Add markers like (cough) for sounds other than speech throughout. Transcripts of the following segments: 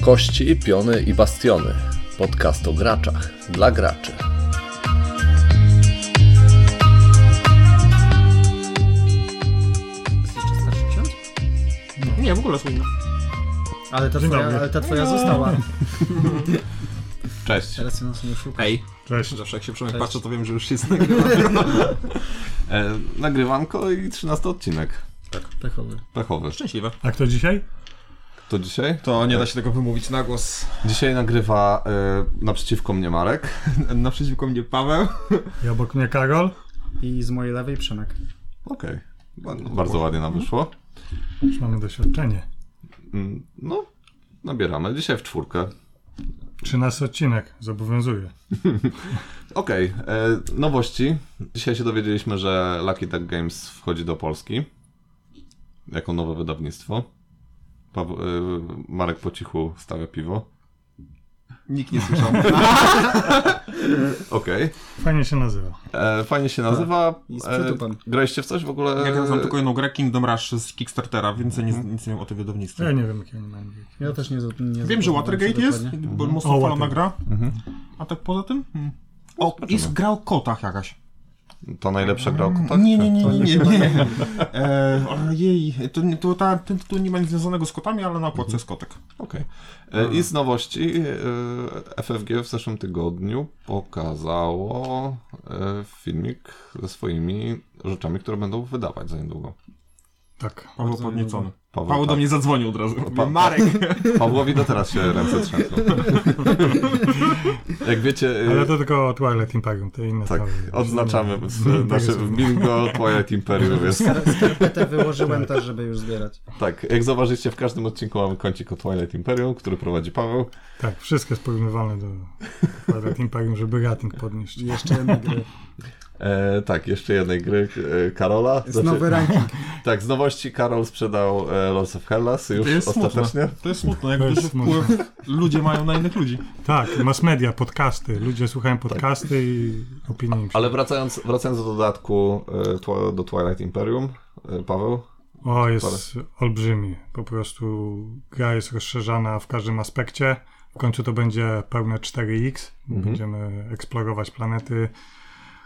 Kości, piony i bastiony. Podcast o graczach dla graczy. Jest jeszcze starszy ksiądz? Nie, w ogóle słynna. Ale ta, Dzień twoja, dobry. ale ta twoja została. Cześć. Teraz nas nie oszuka. Hej. Cześć. Zawsze jak się Przemek Cześć. patrzy, to wiem, że już jest nagrywane. e, nagrywanko i 13 odcinek. Pechowy. Pechowy. Szczęśliwe. A kto dzisiaj? To dzisiaj? To nie da się tak- tego wymówić na głos. Dzisiaj nagrywa e, naprzeciwko mnie Marek. (laughs) Naprzeciwko mnie Paweł. I obok mnie Karol. I z mojej lewej Przemek. Okej. Ba- Bardzo ładnie nam wyszło. Już mamy doświadczenie. Mm, No, nabieramy. Dzisiaj w czwórkę. 13 odcinek, zobowiązuje. Okej, e, nowości. Dzisiaj się dowiedzieliśmy, że Lucky Duck Games wchodzi do Polski. Jako nowe wydawnictwo. Paweł- e, Marek po cichu stawia piwo. Nikt (laughs) nie słyszał. Okej. Fajnie się nazywa. E, fajnie się nazywa. I z E, przytupem. graliście w coś w ogóle? Ja teraz mam tylko jedną Mhm. grę Kingdom Rush z Kickstartera, więcej nic, nic nie wiem o tym wydawnictwie. Ja nie wiem, jakie oni mają wieki. Ja też nie, z- nie Wiem, że zapamiętałem Watergate się jest, dokładnie. bo mocno O, falona Water. gra. A tak poza tym? Hmm. O, jest gra o kotach jakaś. To najlepsza gra tak? o kotach? Nie, nie, nie, To nie, nie. nie- (laughs) nie. E, ojej, to, nie- to, ta, ten tytuł nie ma nic związanego z kotami, ale na okładce jest kotek. Okej. E, I z nowości e, FFG w zeszłym tygodniu pokazało e, filmik ze swoimi rzeczami, które będą wydawać za niedługo. Tak. Paweł podniecony. Paweł, Paweł do tak. mnie zadzwonił od razu. Pa- Marek! Pawłowi do teraz się ręce (laughs) trzęsą. Jak wiecie, e, Ale to tylko Twilight Imperium, te inne tak, sprawy. Mm, tak odznaczamy Nie, w- nie, Tak nie, nasze nie, nie. bingo Twilight Imperium (laughs) jest Petę wyłożyłem też, żeby już zbierać. Tak, jak zauważyliście, w każdym odcinku mamy kącik o Twilight Imperium, który prowadzi Paweł. Tak, wszystko jest porównywalne do Twilight Imperium, żeby rating podnieść. I (laughs) jeszcze jedne Znaczy, gry. E, tak, jeszcze jednej gry e, Karola. Jest Znaczy, nowy ranking. Tak, z nowości Karol sprzedał e, Lords of Hellas już To jest ostatecznie. smutne. To jest smutne, jak To jest duży wpływ ludzie mają na innych ludzi. Tak, mass media, podcasty. Ludzie słuchają podcasty i opinii im się. Ale wracając, wracając do dodatku e, tw- do Twilight Imperium, e, Paweł. O, jest olbrzymi. Po prostu gra jest rozszerzana w każdym aspekcie. W końcu to będzie pełne 4X. bo Mhm. Będziemy eksplorować planety.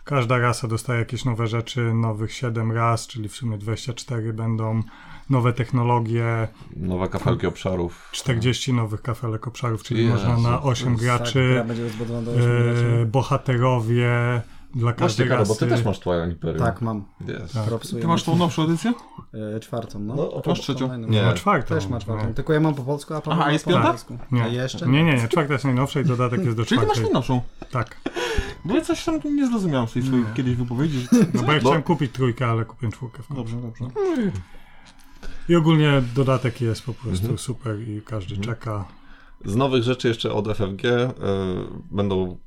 Każda rasa dostaje jakieś nowe rzeczy, nowych 7 ras, czyli w sumie 24 będą nowe technologie, Nowe kafelki obszarów. 40 nowych kafelek obszarów, czyli Jezu. można na 8 Tak, graczy, gra będzie rozbudowana do e, 8 graczy. bohaterowie dla Właśnie, każdej Karol, bo rasy. ty y, też masz Twilight Imperium. Tak, mam. Jest. Propsuję. Ty masz tą nowszą edycję? e, czwartą, no. No, masz trzecią. Online. Nie. No, czwartą. Też ma czwartą. Nie. Tylko ja mam po polsku, a Paweł Aha, ma jest po piąta? angielsku. A Nie. jeszcze? nie, nie, nie, czwarta jest najnowsza i dodatek jest do Czyli ty masz czwartej. najnowszą. Tak. Bo ja coś tam nie zrozumiałem z tej swojej kiedyś wypowiedzi. Że... No bo ja chciałem kupić trójkę, ale kupiłem czwórkę. w końcu. Dobrze, dobrze. I ogólnie dodatek jest po prostu super i każdy Mhm. czeka. Z nowych rzeczy jeszcze od FFG e, będą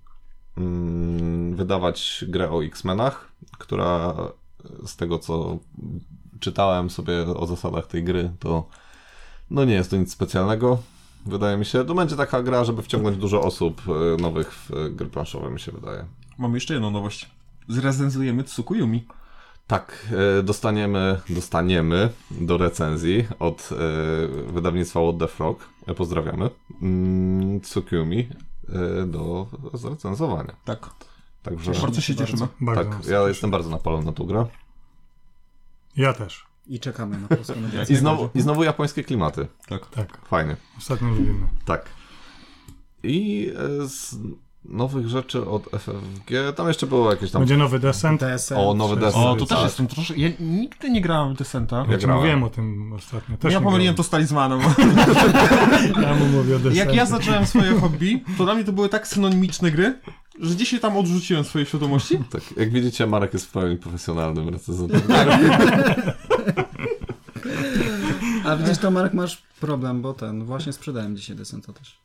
mm, wydawać grę o X-Menach, która e, z tego co czytałem sobie o zasadach tej gry, to no nie jest to nic specjalnego. Wydaje mi się, to będzie taka gra, żeby wciągnąć dużo osób e, nowych w e, gry planszowe, mi się wydaje. Mamy jeszcze jedną nowość. Zrecenzujemy Tsukuyumi. Tak, e, dostaniemy, dostaniemy do recenzji od e, wydawnictwa What the Frog. E, Pozdrawiamy. Mm, Tsukumi e, do zrecenzowania. Tak. Także Bardzo się no. cieszymy. Bardzo tak, nas ja cieszy. jestem bardzo napalony na tą grę. ja też. I czekamy na (laughs) polską nowicę. I znowu, I znowu japońskie klimaty. Tak. Fajnie. Ostatnio lubimy. Tak. I e, z nowych rzeczy od FFG, tam jeszcze było jakieś tam... Będzie nowy descent. TSM. O, Tak. nowy Czy- deser. O, to też jestem troszkę... Ja nigdy nie grałem w Descenta. Ja Ja ci grałem. mówiłem o tym ostatnio. Też Ja nie pomyliłem to z (laughs) talizmanem. grałem. Ja mu mówię (laughs) o Jak Descencie. ja zacząłem swoje hobby, to dla mnie to były tak synonimiczne gry, że dzisiaj tam odrzuciłem swoje świadomości. Tak, jak widzicie, Marek jest w pełni profesjonalnym recenzentem. A widzisz to, Marek, masz problem, bo ten, właśnie sprzedałem dzisiaj Descenta też.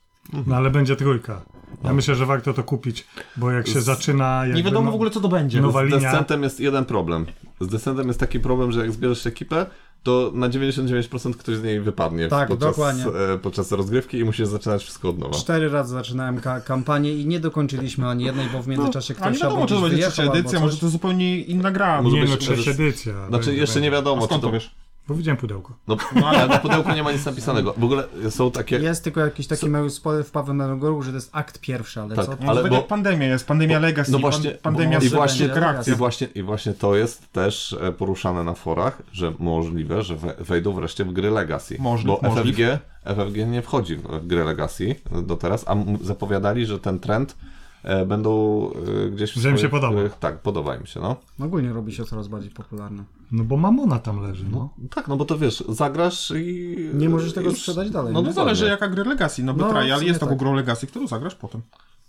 No ale będzie trójka. No. Ja myślę, że warto to kupić, bo jak się zaczyna... jakby Nie wiadomo no- w ogóle co to będzie. Nowa Z linia. Descentem jest jeden problem. Z Descentem jest taki problem, że jak zbierzesz ekipę, to na 99% ktoś z niej wypadnie Tak, podczas, dokładnie. e, podczas rozgrywki i musisz zaczynać wszystko od nowa. Cztery razy zaczynałem ka- kampanię i nie dokończyliśmy ani jednej, No, bo w międzyczasie A No, nie ktoś albo wiadomo, czy gdzieś to będzie wyjechał, trzecia albo edycja, coś. może to zupełnie inna gra. Może Nie być- no, trzecia edycja. Znaczy Będzie- jeszcze nie A wiadomo, skąd czy to to, wiesz? Bo widziałem pudełko. (laughs) No, no ale na pudełku nie ma nic napisanego. W ogóle są takie... Jest tylko jakiś taki mały spory w Pawłem na Rogoru, że to jest akt pierwszy, ale Tak, co? ale Ale tak bo- jak pandemia jest, pandemia Legacy, no no właśnie, pandemia bo- i właśnie- tak, I reakcja. właśnie, I właśnie to jest też e, poruszane na forach, że możliwe, że we- wejdą wreszcie w gry Legacy. Możliw, bo możliw. FFG, FFG nie wchodzi w, w gry Legacy do teraz, a m- zapowiadali, że ten trend e, będą e, gdzieś... w Że im się swoich podoba. grach- tak, podoba im się, no. Ogólnie robi się coraz bardziej popularne. No bo mamona tam leży, no. Tak, no bo to wiesz, zagrasz i... Nie możesz tego i- sprzedać dalej, Yy, No, nie? no No zależy jak jaka gry Legacy, no No, bo w Trial sumie jest taką tak. grą Legacy, którą zagrasz potem.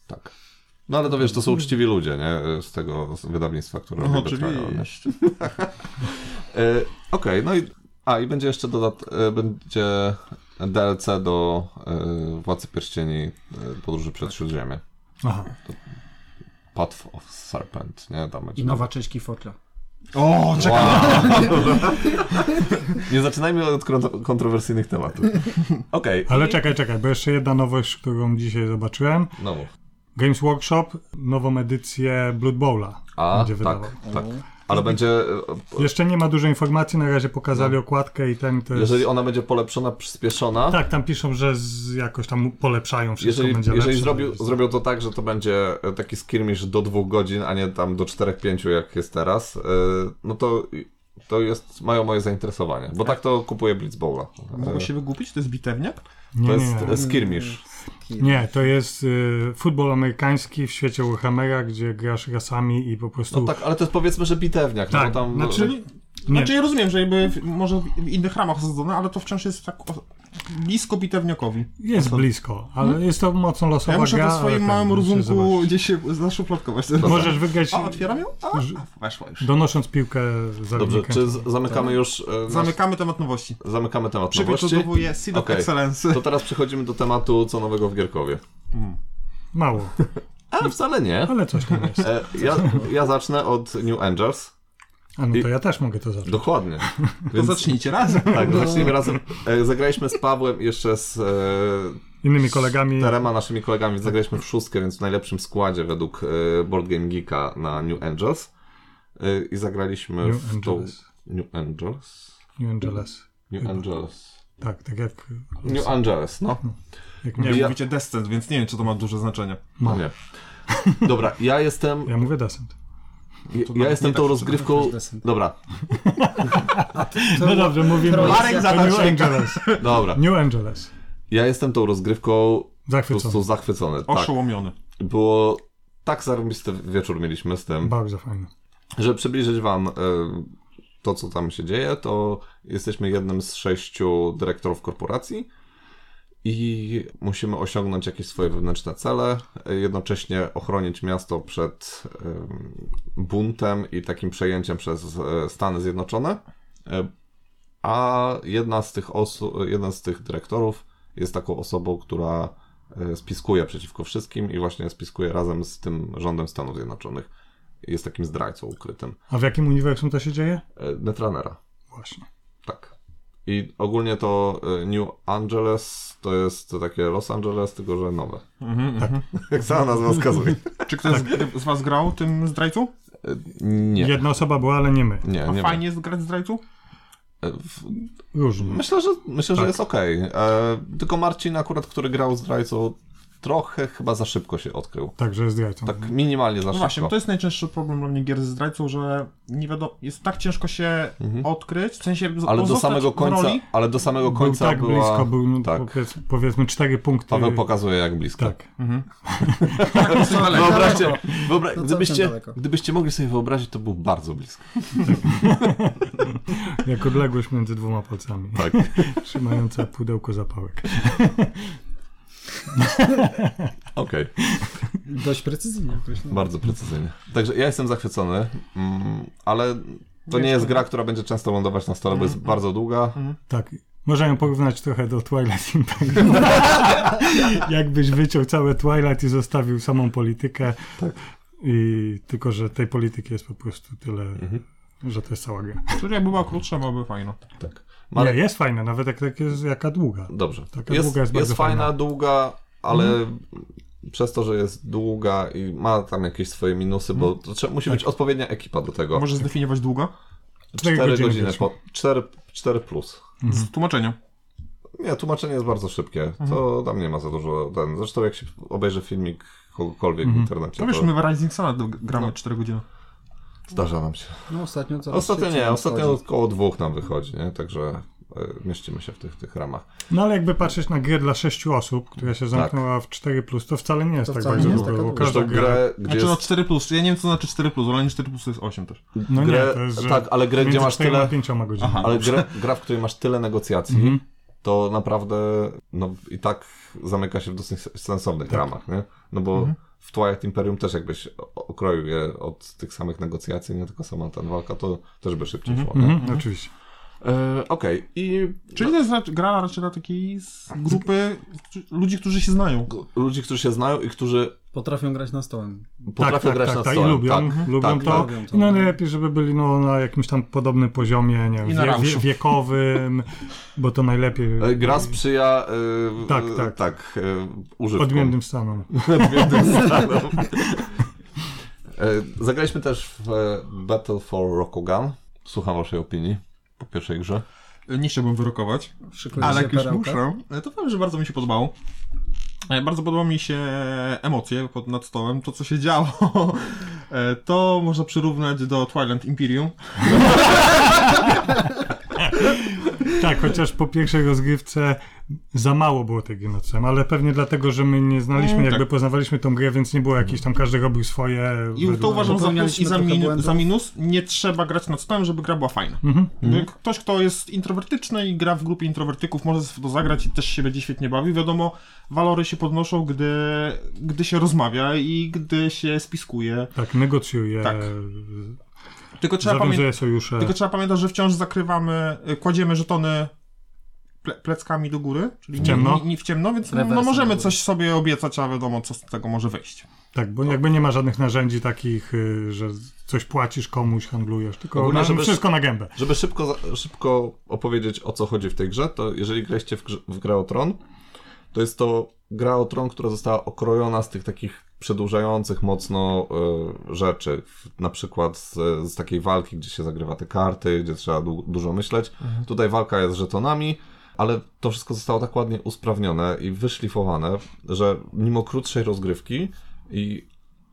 Tak. No ale to wiesz, to są uczciwi ludzie, nie? E, Z tego z wydawnictwa, które No robią Betrayal, nie? oczywiście. E, Okej, no i... A, i będzie jeszcze dodat... e, Będzie DLC do e, Władcy Pierścieni e, Podróży przed Śródziemie. Aha. Path of Serpent, nie? Tam No. będzie... I nowa część Kifotla. O, czekaj, Nie zaczynajmy od kron- kontrowersyjnych (laughs) tematów. Okej, Ale czekaj, czekaj, bo jeszcze jedna nowość, którą dzisiaj zobaczyłem. no mów. Games Workshop nową edycję Blood Bowla A, będzie wydawał. tak, tak. Ale będzie... e, Jeszcze nie ma dużo informacji, na razie pokazali okładkę i ten to jest... No. Jeżeli ona będzie polepszona, przyspieszona... Tak, tam piszą, że z, jakoś tam polepszają wszystko, Jeżeli, będzie jeżeli lepsze. zrobił, zrobią to tak, że to będzie e, taki skirmish do dwóch godzin, a nie tam do 4-5 jak jest teraz, e, no to, to jest, mają moje zainteresowanie. Bo tak to kupuję Blitzbowla. mogę się wygłupić, to jest bitewniak? nie, To nie, jest nie. e, skirmish. nie, to jest y, futbol amerykański w świecie Warhammera, gdzie grasz rasami i po prostu... No tak, ale to jest powiedzmy, że bitewniak. Tak, no bo tam, znaczy- Nie. Znaczy ja rozumiem, że jakby w, może w innych ramach osadzone, ale to wciąż jest tak o, blisko bitewniakowi. no Jest blisko, ale jest to mocno losowa Ja muszę gra. we ale tak, swoim ten, małym muszę rozumku zobaczyć. gdzieś się zaszufladkować. No tak. Możesz wygrać, A, otwieram ją? A, Że- a, weszła już. donosząc piłkę za Dobrze, linijkę. czy z, Tak. zamykamy już... e, nasz- Zamykamy temat nowości. zamykamy temat nowości. Przygotowuję Seed of Okej. Excellence. To teraz przechodzimy do tematu, co nowego w Gierkowie. Mało, A, wcale nie. ale coś tam jest. E, Ja, ja zacznę od New Angels. A no to ja też mogę to zacząć. (laughs) Dokładnie. To Więc, zacznijcie razem. tak, zacznijmy razem. E, Zagraliśmy z Pawłem i jeszcze z e, Innymi kolegami... Terema, naszymi kolegami, zagraliśmy w szóstkę, więc w najlepszym składzie według e, Board Game Geeka na New Angels. E, I zagraliśmy New w tą... Angeles. New Angels? New Angeles. New Angels. Tak, tak jak... New Angeles, no. jak Nie, nie, Ja- mówicie Descent, więc nie wiem, czy to ma duże znaczenie. no nie. Dobra, ja jestem, ja mówię Descent. ja, ja jestem nie da tak tą się rozgrywką... descent. Dobra, No dobrze, mówimy... Marek To New zatarł Angeles. dobra. New Angeles. Ja jestem tą rozgrywką po prostu Zachwycony. zachwycony. Tak. Oszołomiony. Było tak zarobisty wieczór mieliśmy z tym. Bardzo fajny. Żeby przybliżyć Wam e, to, co tam się dzieje, to jesteśmy jednym z sześciu dyrektorów korporacji i musimy osiągnąć jakieś swoje wewnętrzne cele, e, jednocześnie ochronić miasto przed em, buntem i takim przejęciem przez e, Stany Zjednoczone. E, A jedna z tych osób, jeden z tych dyrektorów jest taką osobą, która e, spiskuje przeciwko wszystkim i właśnie spiskuje razem z tym rządem Stanów Zjednoczonych. Jest takim zdrajcą ukrytym. A w jakim uniwersum to się dzieje? E, Netrunnera. Właśnie. Tak. I ogólnie to e, New Angeles to jest takie Los Angeles, tylko że nowe. Tak. (laughs) Jak sama nazwa wskazuje. Czy ktoś z, z was grał tym zdrajcą? E, Nie. Jedna osoba była, ale nie my. Nie, A nie. fajnie jest grać zdrajcą? wiem. E, w- Różnie. Myślę, że, myślę, że Tak. jest okej. E, Tylko Marcin akurat, który grał zdrajcą, trochę chyba za szybko się odkrył. Także zdrajcą. Tak minimalnie za No szybko. właśnie, bo to jest najczęstszy problem dla mnie gier ze zdrajcą, że nie wiadomo, jest tak ciężko się odkryć, w sensie z- Mhm. Ale do pozostać samego w końca, roli. ale do samego Był końca tak była... blisko, był no, tak. Powiedz, powiedzmy cztery punkty. Paweł pokazuje jak blisko. Tak. (laughs) Wyobraźcie, wyobra... całkiem gdybyście, daleko. gdybyście mogli sobie wyobrazić, to był bardzo blisko. Jak odległość między dwoma palcami. Tak. (laughs) Trzymająca pudełko zapałek. Okej. Dość precyzyjnie określone. Bardzo precyzyjnie. Także ja jestem zachwycony, mm, ale to nie jest gra, która będzie często lądować na stole, bo jest bardzo długa. Tak. Można ją porównać trochę do Twilight (laughs) Imperium. Jakbyś wyciął całe Twilight i zostawił samą politykę. Tak. I tylko, że tej polityki jest po prostu tyle, Mhm. że to jest cała gra. Która jakby była krótsza, byłaby fajna. Tak. Ale Marek, nie, jest fajna, nawet jak, jak jest jaka długa. dobrze. Taka Jest, długa jest, jest bardzo fajna, fajna. Mhm. długa, ale przez to, że jest długa Mhm. Tak. i ma tam jakieś swoje minusy, bo to trzeba, musi być odpowiednia ekipa do tego. Może zdefiniować długo? Cztery 4 godziny godziny, graliśmy. po, 4, 4 plus. Z tłumaczeniem. Nie, tłumaczenie jest bardzo szybkie. Mhm. To tam nie ma za dużo. Ten. Zresztą jak się obejrzy filmik kogokolwiek Mhm. w internecie, No to, wiesz, my w Rising Sun gramy No. 4 godziny. zdarza nam się. No ostatnio coraz Ostatnio szybciej nie, nam ostatnio wchodzi. około dwóch nam wychodzi, nie? Także y, mieścimy się w tych, tych ramach. No ale jakby patrzeć na grę dla sześciu osób, która Tak. się zamknęła w 4, to wcale nie jest To tak wcale bardzo nie jest dużo. taka bo duża. każda Zresztą gra. grę, gdzie Znaczy no jest 4 plus, ja nie wiem co znaczy 4 plus, ale nie 4 plus to jest 8 też. No grę, nie, to jest, że tak, ale grę, gdzie między masz czterema a tyle, pięcioma godzinami. Aha. ale grę, gra, w której masz tyle negocjacji, Mhm. to naprawdę no, i tak zamyka się w dosyć sensownych Tak. ramach, nie? No bo Mhm. w Twilight Imperium też jakbyś o- okroił je od tych samych negocjacji, nie tylko sama ten walka, to też by szybciej szło, nie? Mhm, oczywiście. E, Okej, i Czyli to jest rac- gra raczej dla takiej z grupy którzy- ludzi, którzy się znają. no, ludzi, którzy się znają i którzy Potrafią grać na stołem. potrafią tak, grać tak, na tak, stołem. I lubią, tak, lubią tak, to. tak. Robią to. No najlepiej, żeby byli no, na jakimś tam podobnym poziomie, nie wiem, I na wie, wie, rauszu. wiekowym, bo to najlepiej E, Gra sprzyja e, Tak, e, tak. tak e, używkom. odmiennym stanom. (laughs) (laughs) Odmiennym stanom. E, Zagraliśmy też w e, Battle for Rokugan. Słucham waszej opinii po pierwszej grze. Nie chciałbym wyrokować, Szykuje ale się jak już perełka. muszę, e, to powiem, że bardzo mi się podobało. E, Bardzo podobały mi się emocje pod, nad stołem, to co się działo. (laughs) E, To można przyrównać do Twilight Imperium. Tak, chociaż po pierwszej rozgrywce za mało było tej gry nad stołem, ale pewnie dlatego, że my nie znaliśmy, Mm, jakby tak. poznawaliśmy tą grę, więc nie było jakichś tam, każdy robił swoje. I według- to uważam za plus Popełnialiśmy i za, trochę min- błędów. za minus. Nie trzeba grać nad stołem, żeby gra była fajna. Mhm. Jak Ktoś, kto jest introwertyczny i gra w grupie introwertyków, może sobie to zagrać i też się będzie świetnie bawił. Wiadomo, walory się podnoszą, gdy, gdy się rozmawia i gdy się spiskuje. Tak, negocjuje, Tak. Tylko trzeba, pamię- zawiązuje sojusze. tylko trzeba pamiętać, że wciąż zakrywamy, y, kładziemy żetony ple- pleckami do góry, czyli W ciemno. Nie, nie, nie w ciemno, więc no, no Rewersem do możemy góry. coś sobie obiecać, a wiadomo, co z tego może wyjść. Tak, bo jakby nie ma żadnych narzędzi takich, y, że coś płacisz komuś, handlujesz, tylko Ogólnie, masz żeby- wszystko na gębę. Żeby szybko, za- szybko opowiedzieć o co chodzi w tej grze, to jeżeli graliście w, grze, w grę o tron, to jest to gra o tron, która została okrojona z tych takich przedłużających mocno e, rzeczy. W- Na przykład z, z takiej walki, gdzie się zagrywa te karty, gdzie trzeba du- dużo myśleć. Tutaj walka jest z żetonami, ale to wszystko zostało tak ładnie usprawnione i wyszlifowane, że mimo krótszej rozgrywki i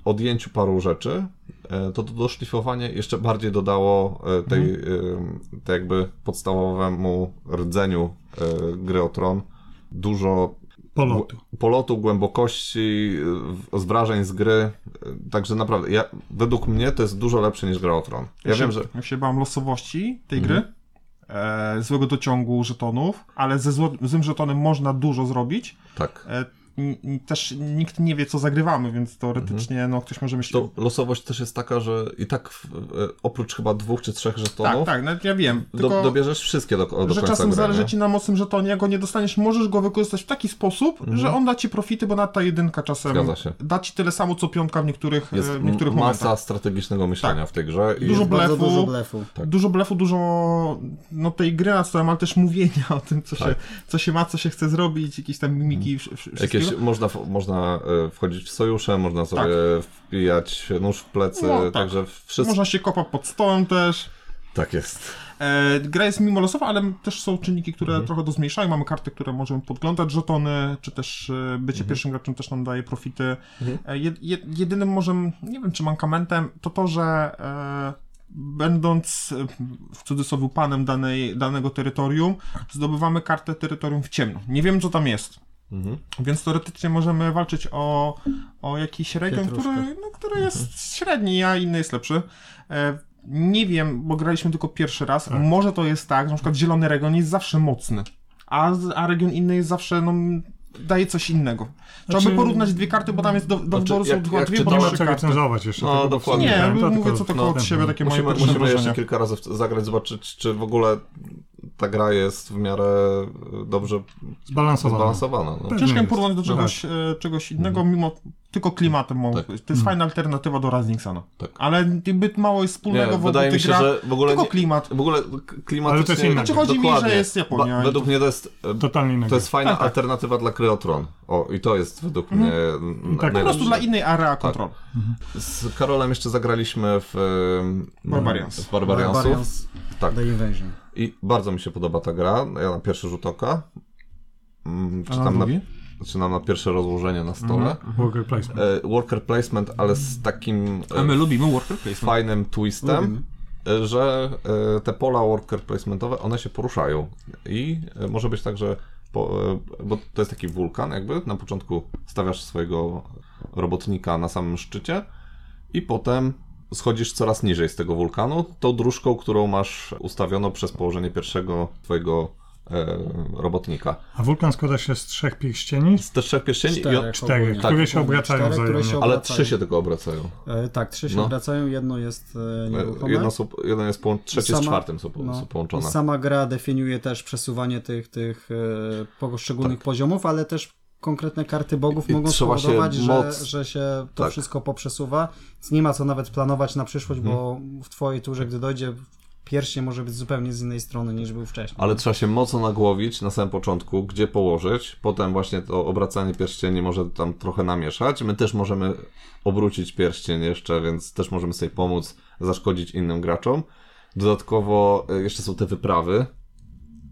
odjęciu paru rzeczy, e, to to doszlifowanie jeszcze bardziej dodało e, tej, Mhm. e, tej jakby podstawowemu rdzeniu e, gry o tron dużo Polotu. gł- polotu, głębokości, e, w- z wrażeń z gry. E, Także naprawdę, ja, według mnie to jest dużo lepsze niż gra o tron. Ja się, wiem, że Mhm. Ja się bałem losowości tej gry, e, złego dociągu żetonów, ale ze zło, złym żetonem można dużo zrobić. tak. E, n- n- też nikt nie wie, co zagrywamy, więc teoretycznie Mhm. no, ktoś może myśleć... To losowość też jest taka, że i tak w- e, oprócz chyba dwóch czy trzech Tak, żetonów tak, nawet ja wiem. do, Tylko, dobierzesz wszystkie do, do końca że czasem gry, zależy nie? ci na mocnym żetonie, jak go nie dostaniesz, możesz go wykorzystać w taki sposób, że on da ci profity, bo na ta jedynka czasem Mhm. Zgadza się. da ci tyle samo, co piątka w niektórych, Jest e, w niektórych masa momentach. Tak. strategicznego myślenia w tej grze. I Dużo jest- błędów. Bardzo Blefu. dużo blefu. tak. Dużo blefu, dużo no, tej gry na stołem, ale też mówienia o tym, co, Tak. się, co się ma, co się chce zrobić, jakieś tam mimiki, wsz- wsz- wszystkiego. jakieś, można, w- można e, wchodzić w sojusze, można sobie wpijać nóż w plecy, Tak. No, tak. także wszystko. Można się kopać pod stołem też. Tak jest. E, gra jest mimo losowa, ale też są czynniki, które trochę to zmniejszają. Mamy karty, które możemy podglądać, żetony, czy też e, bycie pierwszym graczem też nam daje profity. E, jed, jed, jedynym może, nie wiem czy mankamentem, to to, że e, będąc e, w cudzysłowie panem danej, danego terytorium, zdobywamy kartę terytorium w ciemno. Nie wiem co tam jest. Mhm. Więc teoretycznie możemy walczyć o, o jakiś region, który, no, który jest średni, a inny jest lepszy. E, nie wiem, bo graliśmy tylko pierwszy raz. Może to jest tak, że na przykład zielony region jest zawsze mocny, a, z- a region inny jest zawsze, no, daje coś innego. Trzeba Znaczy- by porównać dwie karty, bo tam jest do, do Znaczy, wyboru są jak- dwa, jak dwie Nie bądź ma czytałem- trzy co karty. licencjować jeszcze. No, tego po prostu dokładnie. Nie, wiem, to mówię tylko no, co tylko od wstępne. siebie, takie moje Musimy, pierwsze musimy jeszcze wrażenia. kilka razy w- zagrać, zobaczyć, czy w ogóle ta gra jest w miarę e, dobrze Zbalansowane. zbalansowana. No. Mhm. Ciężko mi jest. porównać do czegoś, e, czegoś innego, mimo tylko klimatem mogę Tak. powiedzieć. To jest fajna alternatywa do Rising Suna. Tak. Ale zbyt mało jest wspólnego Nie, w wydaje ogóle mi tych się, gra, że w ogóle tylko nie- klimat. W ogóle k- klimatycznie... Ale to jest inna Znaczy, gra. chodzi mi, Dokładnie. że jest Japonia. Ba- według mnie to jest... e, Totalnie innego. To jest fajna Tak, alternatywa dla Kryotron. O, i to jest według mnie... Tak, Mhm. Po prostu dla innej tak. area kontrol. Z Karolem jeszcze zagraliśmy w... em, Barbarians. W Barbariansów. Barbarians. Tak. The Invasion. I bardzo mi się podoba ta gra. Ja na pierwszy rzut oka. Mm, A na Czytam na, drugi? Mhm. czytam na pierwsze rozłożenie na stole. Worker placement. E, worker placement, ale z takim A e, my lubimy worker placement. fajnym twistem, Lubimy. e, że e, te pola worker placementowe, one się poruszają. I e, może być tak, że po, e, bo to jest taki wulkan jakby, na początku stawiasz swojego robotnika na samym szczycie i potem schodzisz coraz niżej z tego wulkanu, tą dróżką, którą masz ustawioną przez położenie pierwszego twojego e, robotnika. A wulkan składa się z trzech pierścieni. Z też trzech pierścieni, i on, Czterech cztery, ogólnie. które Tak, się obracają cztery, wzajemnie. które się ale obracają. trzy się tylko obracają. E, tak, trzy się No. obracają, jedno jest e, E, nieruchome. Jedno, są, jedno jest połączone, trzecie z Sama- czwartym są, po- no. są połączone. I Sama gra definiuje też przesuwanie tych, tych e, poszczególnych poziomów, ale też konkretne karty bogów Tak. I mogą trzeba się spowodować, że, moc- że się to Tak. wszystko poprzesuwa. Więc nie ma co nawet planować na przyszłość, bo Mhm. w twojej turze, gdy dojdzie, pierśnie może być zupełnie z innej strony niż był wcześniej. Ale trzeba się mocno nagłowić na samym początku, gdzie położyć. Potem właśnie to obracanie pierścieni może tam trochę namieszać. My też możemy obrócić pierścień jeszcze, więc też możemy sobie pomóc zaszkodzić innym graczom. Dodatkowo y, jeszcze są te wyprawy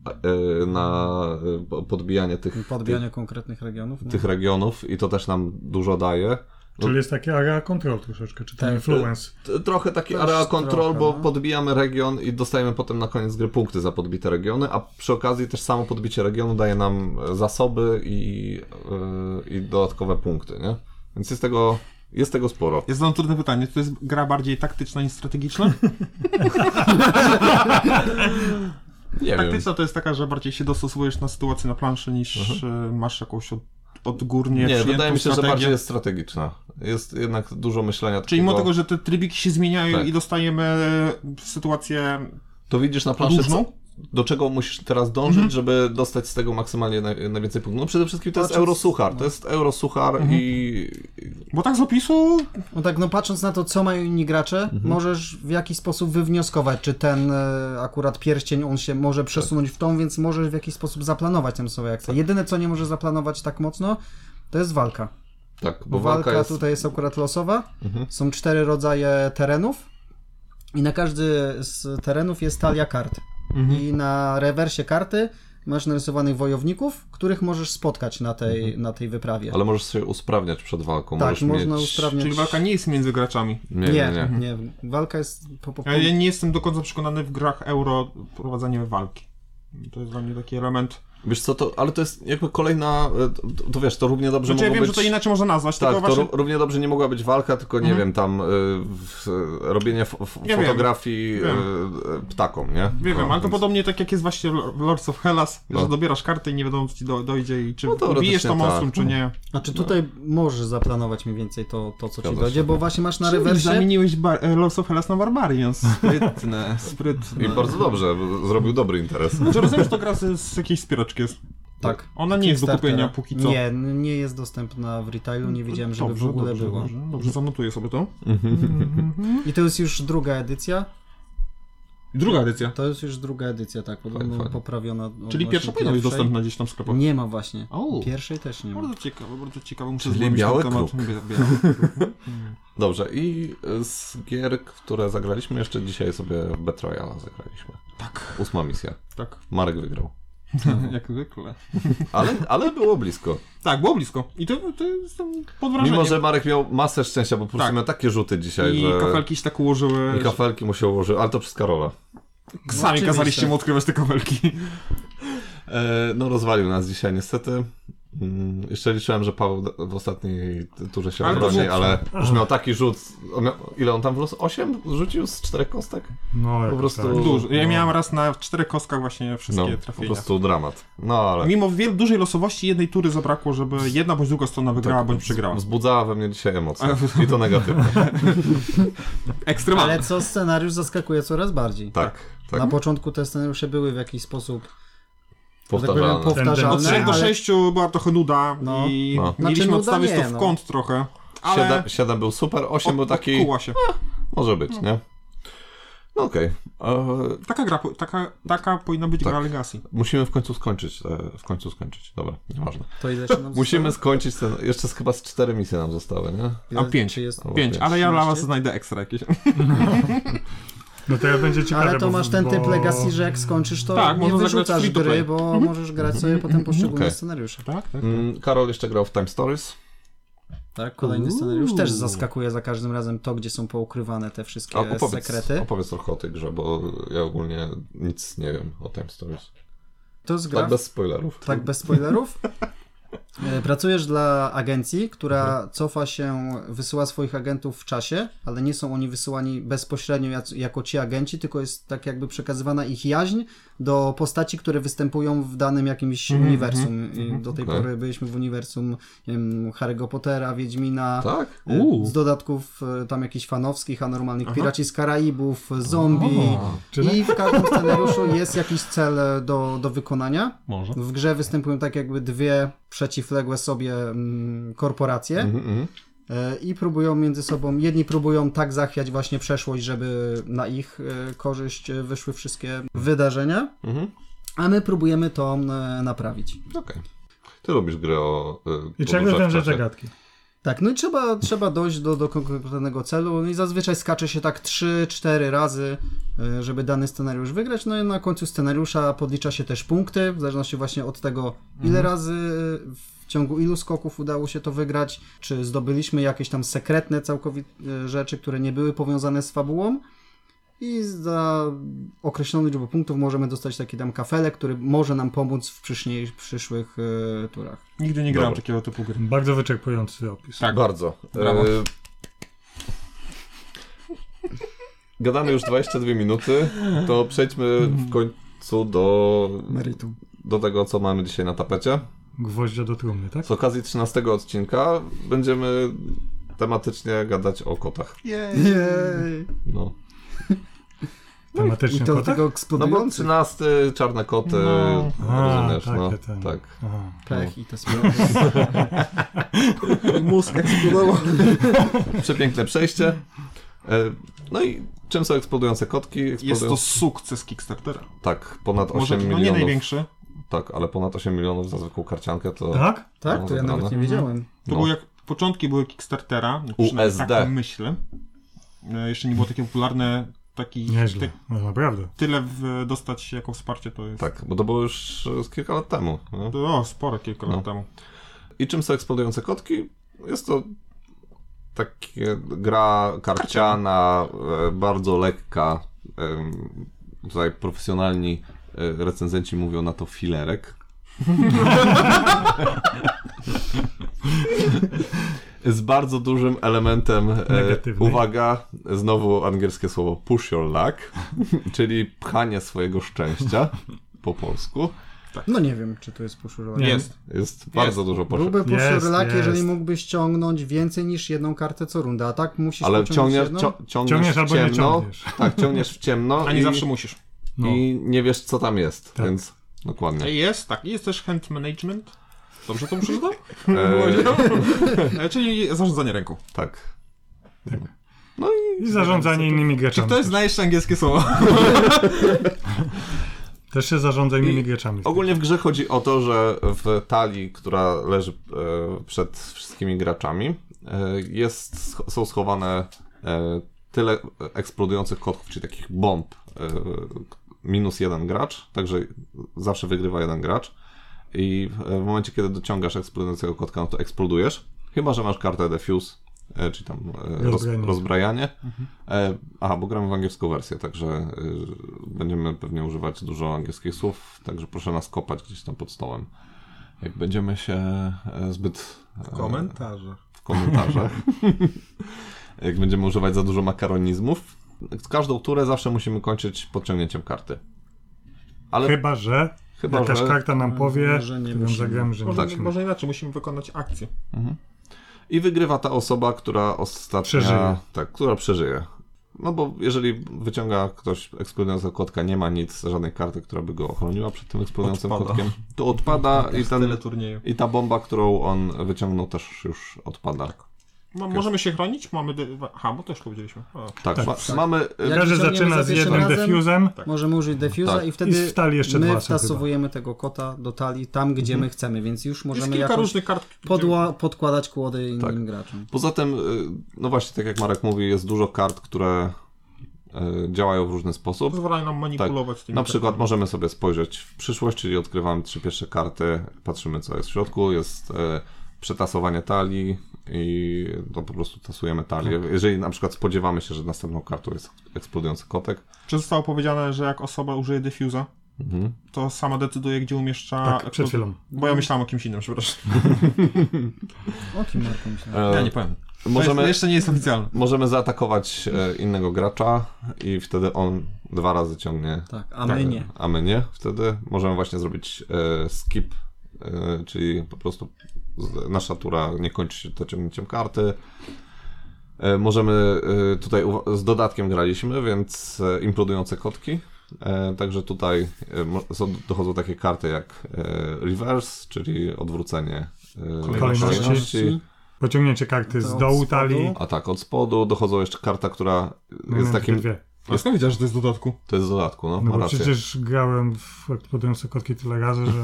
y, na y, po- podbijanie tych, Podbijanie konkretnych regionów. No. tych regionów i to też nam dużo daje. Czyli jest takie area control troszeczkę, czy ten Tak. influence. T- Trochę taki Też area control, trochę, bo no. podbijamy region i dostajemy potem na koniec gry punkty za podbite regiony, a przy okazji też samo podbicie regionu daje nam e, zasoby i, e, i dodatkowe punkty, nie? Więc jest tego, jest tego sporo. Ja zadam trudne pytanie, to jest gra bardziej taktyczna niż (laughs) strategiczna? Nie wiem. Taktyczna to jest taka, że bardziej się dostosowujesz na sytuację na planszy niż e, masz jakąś od, odgórnie Mhm. Nie, przyjętą wydaje mi się, że strategię. bardziej jest strategiczna. Jest jednak dużo myślenia. Czyli mimo takiego- tego, że te trybiki się zmieniają Tak. i dostajemy e, sytuację To widzisz na planszy, co, podłużną, do czego musisz teraz dążyć, żeby dostać z tego maksymalnie naj, najwięcej punktów. No przede wszystkim to jest Patrząc- eurosuchar. To jest eurosuchar i... bo tak z opisu No tak, no patrząc na to, co mają inni gracze, Mhm. możesz w jakiś sposób wywnioskować, czy ten e, akurat pierścień, on się Tak. może przesunąć w tą, więc możesz w jakiś sposób zaplanować tę swoją akcję. Jedyne, co nie możesz zaplanować tak mocno, to jest walka. Tak, Bo bo walka walka jest... Mhm. tutaj jest akurat losowa. Są cztery rodzaje terenów i na każdy z terenów jest talia kart. Mhm. I na rewersie karty masz narysowanych wojowników, których możesz spotkać na tej, na tej wyprawie. Mhm. Ale możesz się usprawniać przed walką. tak, możesz można mieć... usprawniać. Czyli walka nie jest między graczami. Nie, Nie, Mhm. nie, nie. nie. Walka jest po, po, po... Ja, ja nie jestem do końca przekonany w grach euro prowadzenie walki. To jest dla mnie taki element. Wiesz co, to, ale to jest jakby kolejna, e, to, to, to wiesz, to równie dobrze Znaczy, ja mogło wiem, być... że to inaczej można nazwać, Tak, to tylko właśnie. ró- równie dobrze nie mogła być walka, tylko Mhm. nie wiem, tam y, w, e, robienie f- f- Ja wiem. fotografii Wiem. y, e, ptakom, nie? Nie wiem, ale to więc- podobnie tak jak jest właśnie w Lords of Hellas, No. że dobierasz karty i nie wiadomo, co ci do, dojdzie i czy No teoretycznie bijesz to monstrum, tak. czy nie. Znaczy tutaj możesz zaplanować mniej więcej to, to co ci Zgadza dojdzie, się. tak. bo właśnie masz na Czyli rewersie. Zamieniłeś bar- e, Lords of Hellas na Barbarians. Sprytne, sprytne. I bardzo dobrze, bo zrobił dobry interes. Czy rozumiem, że to gra z, z jakiejś spiraczki jest? Tak. Ona nie jest do Kickstartera. kupienia póki co. No, Nie, n- nie jest dostępna w retailu, nie widziałem, żeby dobrze, w ogóle dobrze, była. Dobrze, Mhm. dobrze, zanotuję sobie to. I to jest już druga edycja. I druga edycja. To jest już druga edycja, tak, podobno fajnie. poprawiona. od Czyli właśnie pierwsza powinna być pierwszej. dostępna gdzieś tam w sklepach. Nie ma właśnie. O. Pierwszej też nie ma. Bardzo ciekawe, bardzo ciekawe. Muszę Czyli zgłębić ten biały temat. kruk. Bia- biały. (laughs) (laughs) Dobrze, i e, z gier, które zagraliśmy, jeszcze dzisiaj sobie w Betrayala zagraliśmy. Tak, Ósma misja. tak. Marek wygrał. No. (laughs) Jak zwykle. Ale, ale było blisko. Tak, było blisko. I to, to jestem pod wrażeniem. Mimo, że Marek miał masę szczęścia, bo po prostu Tak. miał takie rzuty dzisiaj, I że... kafelki się tak ułożyły. I kafelki mu się ułożyły, ale to przez Karola. że Sami oczywiście. kazaliście mu odkrywać te kafelki. E, no rozwalił nas dzisiaj niestety. Mm, Jeszcze liczyłem, że Paweł d- w ostatniej t- turze się Ale to obroni, rzut. ale już miał taki rzut. On miał, ile on tam wlósł? 8 rzucił z czterech kostek? No, jakoś prostu- tak. Dużo. Ja No. miałem raz na czterech kostkach właśnie No, wszystkie po trafienia. prostu dramat. No ale Mimo wiel- dużej losowości jednej tury zabrakło, żeby jedna bądź druga strona wygrała Tak. bądź No. przegrała. wzbudzała we mnie dzisiaj emocje. I to negatywne. (laughs) Ekstremalnie. Ale co scenariusz zaskakuje coraz bardziej. Tak, tak. Na początku te scenariusze były w jakiś sposób że tak powiem, Powtarzalne. powtarzalne. Od 3 do ale- 6 była trochę nuda No. i No. Znaczy, mieliśmy nuda odstawić nie, to w no. kąt trochę, ale 7, był super, 8 był od- taki. odkuła się. Może być, nie? No okej. E, Taka gra, po- taka, taka powinna być Tak. gra Legacy. Musimy w końcu skończyć. e, W końcu skończyć. Dobra, nieważne. To ile się nam Musimy skończyć ten. Jeszcze z- chyba z cztery misje nam zostały, nie? zostało? A pięć. Czy jest... Albo Pięć, pięć. ale ja dla was 13? znajdę ekstra jakieś. No to ja będzie ciekawe, Ale to bo- masz ten bo... typ legacy, że jak skończysz, to Tak, nie można zagrać wyrzucasz free to play. Mhm. gry, bo możesz grać sobie potem poszczególne Mhm. Okej. scenariusze. Tak, tak. Mm, Karol jeszcze grał w Time Stories. Tak, kolejny scenariusz też zaskakuje za każdym razem to, gdzie są poukrywane te wszystkie A opowiedz, E, sekrety. opowiedz trochę o tej grze, bo ja ogólnie nic nie wiem o Time Stories. To jest gra, Tak bez spoilerów. tak bez spoilerów. E, Pracujesz dla agencji, która cofa się, wysyła swoich agentów w czasie, ale nie są oni wysyłani bezpośrednio jac- jako ci agenci, tylko jest tak jakby przekazywana ich jaźń do postaci, które występują w danym jakimś uniwersum. I do tej Okej. pory byliśmy w uniwersum nie wiem, Harry'ego Pottera, Wiedźmina, e, Tak? Z dodatków e, tam jakichś fanowskich, a normalnych piraci z Karaibów, zombie. Czyli- I w każdym scenariuszu jest jakiś cel e, do, do wykonania. Może. W grze występują tak jakby dwie przeciwległe sobie mm, korporacje Mhm, mhm. e, i próbują między sobą, jedni próbują tak zachwiać właśnie przeszłość, żeby na ich e, korzyść e, wyszły wszystkie wydarzenia, Mhm. a my próbujemy to e, naprawić. Okej. Ty lubisz grę o y, I podróżach czego w węże czasie. zagadki? Tak, no i trzeba, trzeba dojść do, do konkretnego celu. No i zazwyczaj skacze się tak 3-4 razy, y, żeby dany scenariusz wygrać. No i na końcu scenariusza podlicza się też punkty, w zależności właśnie od tego, ile Mhm. razy e, w ciągu ilu skoków udało się to wygrać, czy zdobyliśmy jakieś tam sekretne całkowicie rzeczy, które nie były powiązane z fabułą. I za określoną liczbę punktów możemy dostać taki tam kafelek, który może nam pomóc w przyszniej, przyszłych y, turach. (laughs) Nigdy nie grałem Dobra. takiego typu gry. Bardzo wyczerpujący opis. Tak. Bardzo. Brawo. Y, Gadamy już 22 minuty, to przejdźmy w końcu do, Meritum. do tego, co mamy dzisiaj na tapecie. Gwoździa do trumny, tak? Z okazji 13 odcinka będziemy tematycznie gadać o kotach. Jej! No, No I Tematycznie to kota? tego no bo eksplodujący 13, czarne koty, No. A, rozumiesz, no. takie ten. Tak. Aha. pech i te (laughs) sprawy. Mózg eksplodował. Przepiękne przejście. Y, No i czym są eksplodujące kotki? (laughs) Jest Eksplodują... to sukces Kickstartera. Tak, ponad 8 Może no milionów. nie największy. Tak, ale ponad 8 milionów za zwykłą karciankę to... Tak? Tak, to ja Dobra, nawet no. nie wiedziałem. To No. było jak początki były Kickstartera, no przynajmniej USD. tak myślę. E, Jeszcze nie było takie popularne, taki Nieźle. te- No naprawdę. tyle w, dostać się jako wsparcie to jest. Tak, bo to było już e, z kilka lat temu. No. To, o, sporo kilka No. lat temu. I czym są eksplodujące kotki? Jest to takie gra karciana, e, bardzo lekka. Em, Tutaj profesjonalni e, recenzenci mówią na to filerek. (laughs) Z bardzo dużym elementem. E, Negatywny. uwaga, znowu angielskie słowo push your luck, (laughs) czyli pchanie swojego szczęścia po polsku. No nie wiem, czy to jest poszurlak. Nie. Jest. Jest bardzo dużo poszło. Byłby poszurlak, jest. jeżeli mógłbyś ciągnąć więcej niż jedną kartę co runda, a tak musisz Ale pociągnąć ciągniesz, jedną. cio, ciągniesz, Ciągniesz w albo nie ciemno, ciągniesz. (laughs) Tak, ciągniesz w ciemno (laughs) A nie i, zawsze musisz. No. i nie wiesz, co tam jest, Tak. więc dokładnie. Jest, tak. Jest też hand management. Dobrze to przeczytał? E, (laughs) E, Czyli zarządzanie ręką. tak. No I zarządzanie innymi Czy graczami. Tak. ktoś zna jeszcze angielskie słowo? Też się zarządza innymi graczami. Ogólnie w grze chodzi o to, że w talii, która leży e, przed wszystkimi graczami, e, jest, sch- są schowane e, tyle eksplodujących kotków, czyli takich bomb. E, minus jeden gracz, także zawsze wygrywa jeden gracz. I w- w momencie, kiedy dociągasz eksplodującego kotka, no to eksplodujesz. Chyba, że masz kartę defuse, e, czy tam e, roz, Rozbrajanie. rozbrajanie. E, aha, bo gramy w angielską wersję, także e, będziemy pewnie używać dużo angielskich słów, także proszę nas kopać gdzieś tam pod stołem. Jak będziemy się e, zbyt... e, Komentarze. w komentarzach. (laughs) Jak będziemy używać za dużo makaronizmów. Każdą turę zawsze musimy kończyć podciągnięciem karty. Ale chyba, Chyba, że jakaś że... karta nam powie, że nie którą musimy. zagramy, że nie. Może, Tak, no. może inaczej, musimy wykonać akcję. I wygrywa ta osoba, która ostatnia... Przeżyje. Tak, która przeżyje. No bo jeżeli wyciąga ktoś eksplodującego kotka, nie ma nic, żadnej karty, która by go ochroniła przed tym eksplodującym Odpada. Tak, kotkiem, to odpada i, ten, Tyle turnieju. i ta bomba, którą on wyciągnął też już odpada. Tak, No, możemy się chronić? Mamy... De- Aha, bo też powiedzieliśmy. O. Tak. ma, mamy... y, Jak Każdy wyciągniemy zaczyna za z pierwszym jednym razem, defuzem. Możemy użyć defuza Tak. i wtedy I w talii jeszcze dwa my są wtasowujemy tego kota do talii tam, gdzie Mhm. my chcemy, więc już Jest możemy kilka jakoś różnych kart. gdzie- podła- podkładać kłody innym Tak. graczom. Poza tym, y, no właśnie, tak jak Marek mówi, jest dużo kart, które e, działają w różny sposób. Pozwalają nam manipulować tymi Tak, Na przykład kartami. możemy sobie spojrzeć w przyszłość, czyli odkrywamy trzy pierwsze karty, patrzymy co jest w środku, jest e, przetasowanie talii i to po prostu tasujemy talię. Jeżeli na przykład spodziewamy się, że następną kartą jest eksplodujący kotek, Czy zostało powiedziane, że jak osoba użyje defuza, mhm. to sama decyduje, gdzie umieszcza. Tak, przed chwilą. Bo ja myślałem o kimś innym, przepraszam. O kim Marku myślałem? e, powiem. możemy, Jeszcze nie jest oficjalne. możemy zaatakować e, innego gracza i wtedy on dwa razy ciągnie Tak, a my nie. A my nie. Wtedy możemy właśnie zrobić e, skip, e, czyli po prostu z- nasza tura nie kończy się dociągnięciem karty. E, możemy e, tutaj uwa- z dodatkiem graliśmy, więc e, implodujące kotki. E, także tutaj e, mo- są, dochodzą takie karty jak e, reverse, czyli odwrócenie e, Kolejności. kolejności. Pociągnięcie karty No To z od dołu spodu. talii. A tak, od spodu dochodzą jeszcze karta, która jest takim. Dwie. A skąd wiedziałeś, że to jest w dodatku? To jest z dodatku, no, No ma bo rację. przecież grałem w eksplodujące kotki tyle razy, (laughs) że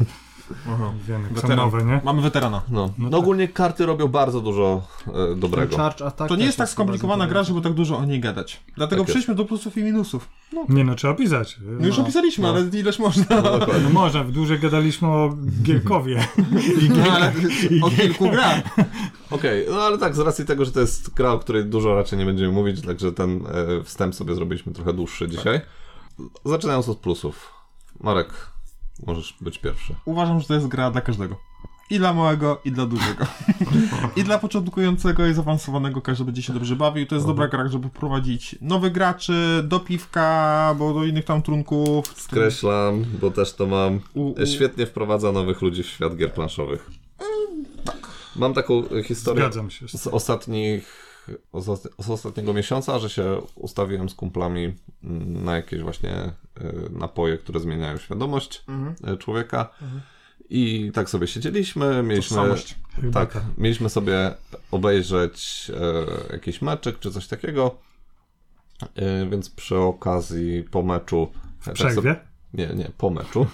Aha. wiem, jak są Weteran. nowe, nie? Mamy weterana. No, no tak. ogólnie karty robią bardzo dużo e, Ten dobrego. Znaczy, charge attack To nie też jest tak skomplikowana bardzo gra, żeby tak dużo o niej gadać. Dlatego Tak jest. przejdźmy do plusów i minusów. Nie no, trzeba pisać. No już opisaliśmy, ale ileż można. No, dokładnie. No można, w dłużej gadaliśmy o (laughs) Gierkowie. No, ale od kilku gra. Okej, no ale tak, z racji tego, że to jest gra, o której dużo raczej nie będziemy mówić, także ten e, wstęp sobie zrobiliśmy trochę dłuższy Tak. dzisiaj. Zaczynając od plusów. Marek, możesz być pierwszy. Uważam, że to jest gra dla każdego. I dla małego, i dla dużego. (laughs) I dla początkującego i zaawansowanego każdy będzie się dobrze bawił. To jest dobra gra, żeby prowadzić nowych graczy do piwka, bo do innych tam trunków. Skreślam, bo też to mam. U- E, u- Świetnie wprowadza nowych ludzi w świat gier planszowych. tak. Mam taką e, historię Zgadzam się. z ostatnich osta- z ostatniego miesiąca, że się ustawiłem z kumplami mm, na jakieś właśnie e, napoje, które zmieniają świadomość e, człowieka. I tak sobie siedzieliśmy, mieliśmy Tożsamość. tak, mieliśmy sobie obejrzeć e, jakiś meczek czy coś takiego. E, więc przy okazji po meczu e, tak sobie- Przerwie. nie, nie, po meczu.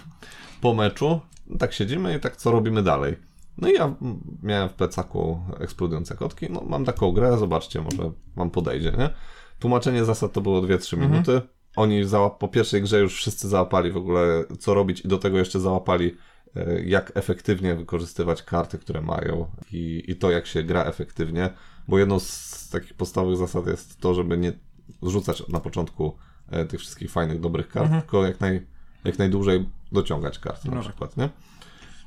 Po meczu tak siedzimy i tak co robimy dalej. No i ja mm, miałem w plecaku eksplodujące kotki. No mam taką grę, zobaczcie, może wam podejdzie, nie? Tłumaczenie zasad to było 2-3 minuty. Oni załap- po pierwszej grze już wszyscy załapali w ogóle co robić i do tego jeszcze załapali e, jak efektywnie wykorzystywać karty, które mają i, i to jak się gra efektywnie, bo jedną z takich podstawowych zasad jest to, żeby nie rzucać na początku e, tych wszystkich fajnych, dobrych kart, tylko jak, naj, jak najdłużej dociągać karty Mhm. na No tak. przykład, nie?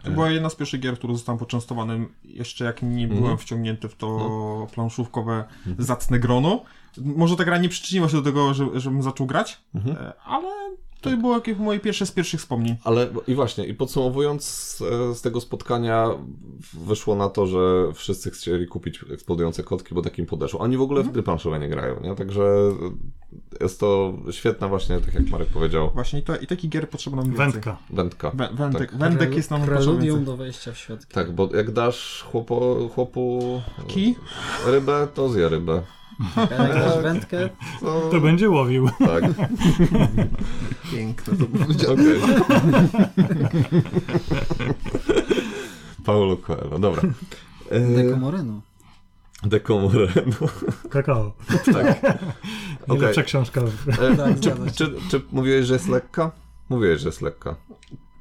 To była jedna z pierwszych gier, którą zostałem poczęstowany jeszcze jak nie byłem wciągnięty w to planszówkowe zacne grono. Może ta gra nie przyczyniła się do tego, że, żebym zaczął grać, e, ale to było jakieś moje pierwsze z pierwszych wspomnień. Ale i właśnie, i podsumowując e, z tego spotkania, w- wyszło na to, że wszyscy chcieli kupić eksplodujące kotki, bo takim podeszło. Oni w ogóle Mhm. w gry planszowe nie grają, nie? Także e, jest to świetna właśnie, tak jak Marek powiedział, Właśnie i, ta, i takich gier potrzeba nam więcej. Wędka. wędka. Wę, wędek, Tak. wędek jest nam potrzebny Preludium więcej. do wejścia w świat. Tak, bo jak dasz chłopo, chłopu Kij? rybę, to zje rybę. No, Jak dasz wędkę, To, To będzie łowił. (laughs) (laughs) tak. Piękne. Okej. Paulo Coelho, dobra. Deco Moreno. Dekomoreno. Kakao. (laughs) no, Tak. Okej. Najlepsza książka. E, Tak, czy, zgadza się. czy, czy mówiłeś, że jest lekka? Mówiłeś, że jest lekka.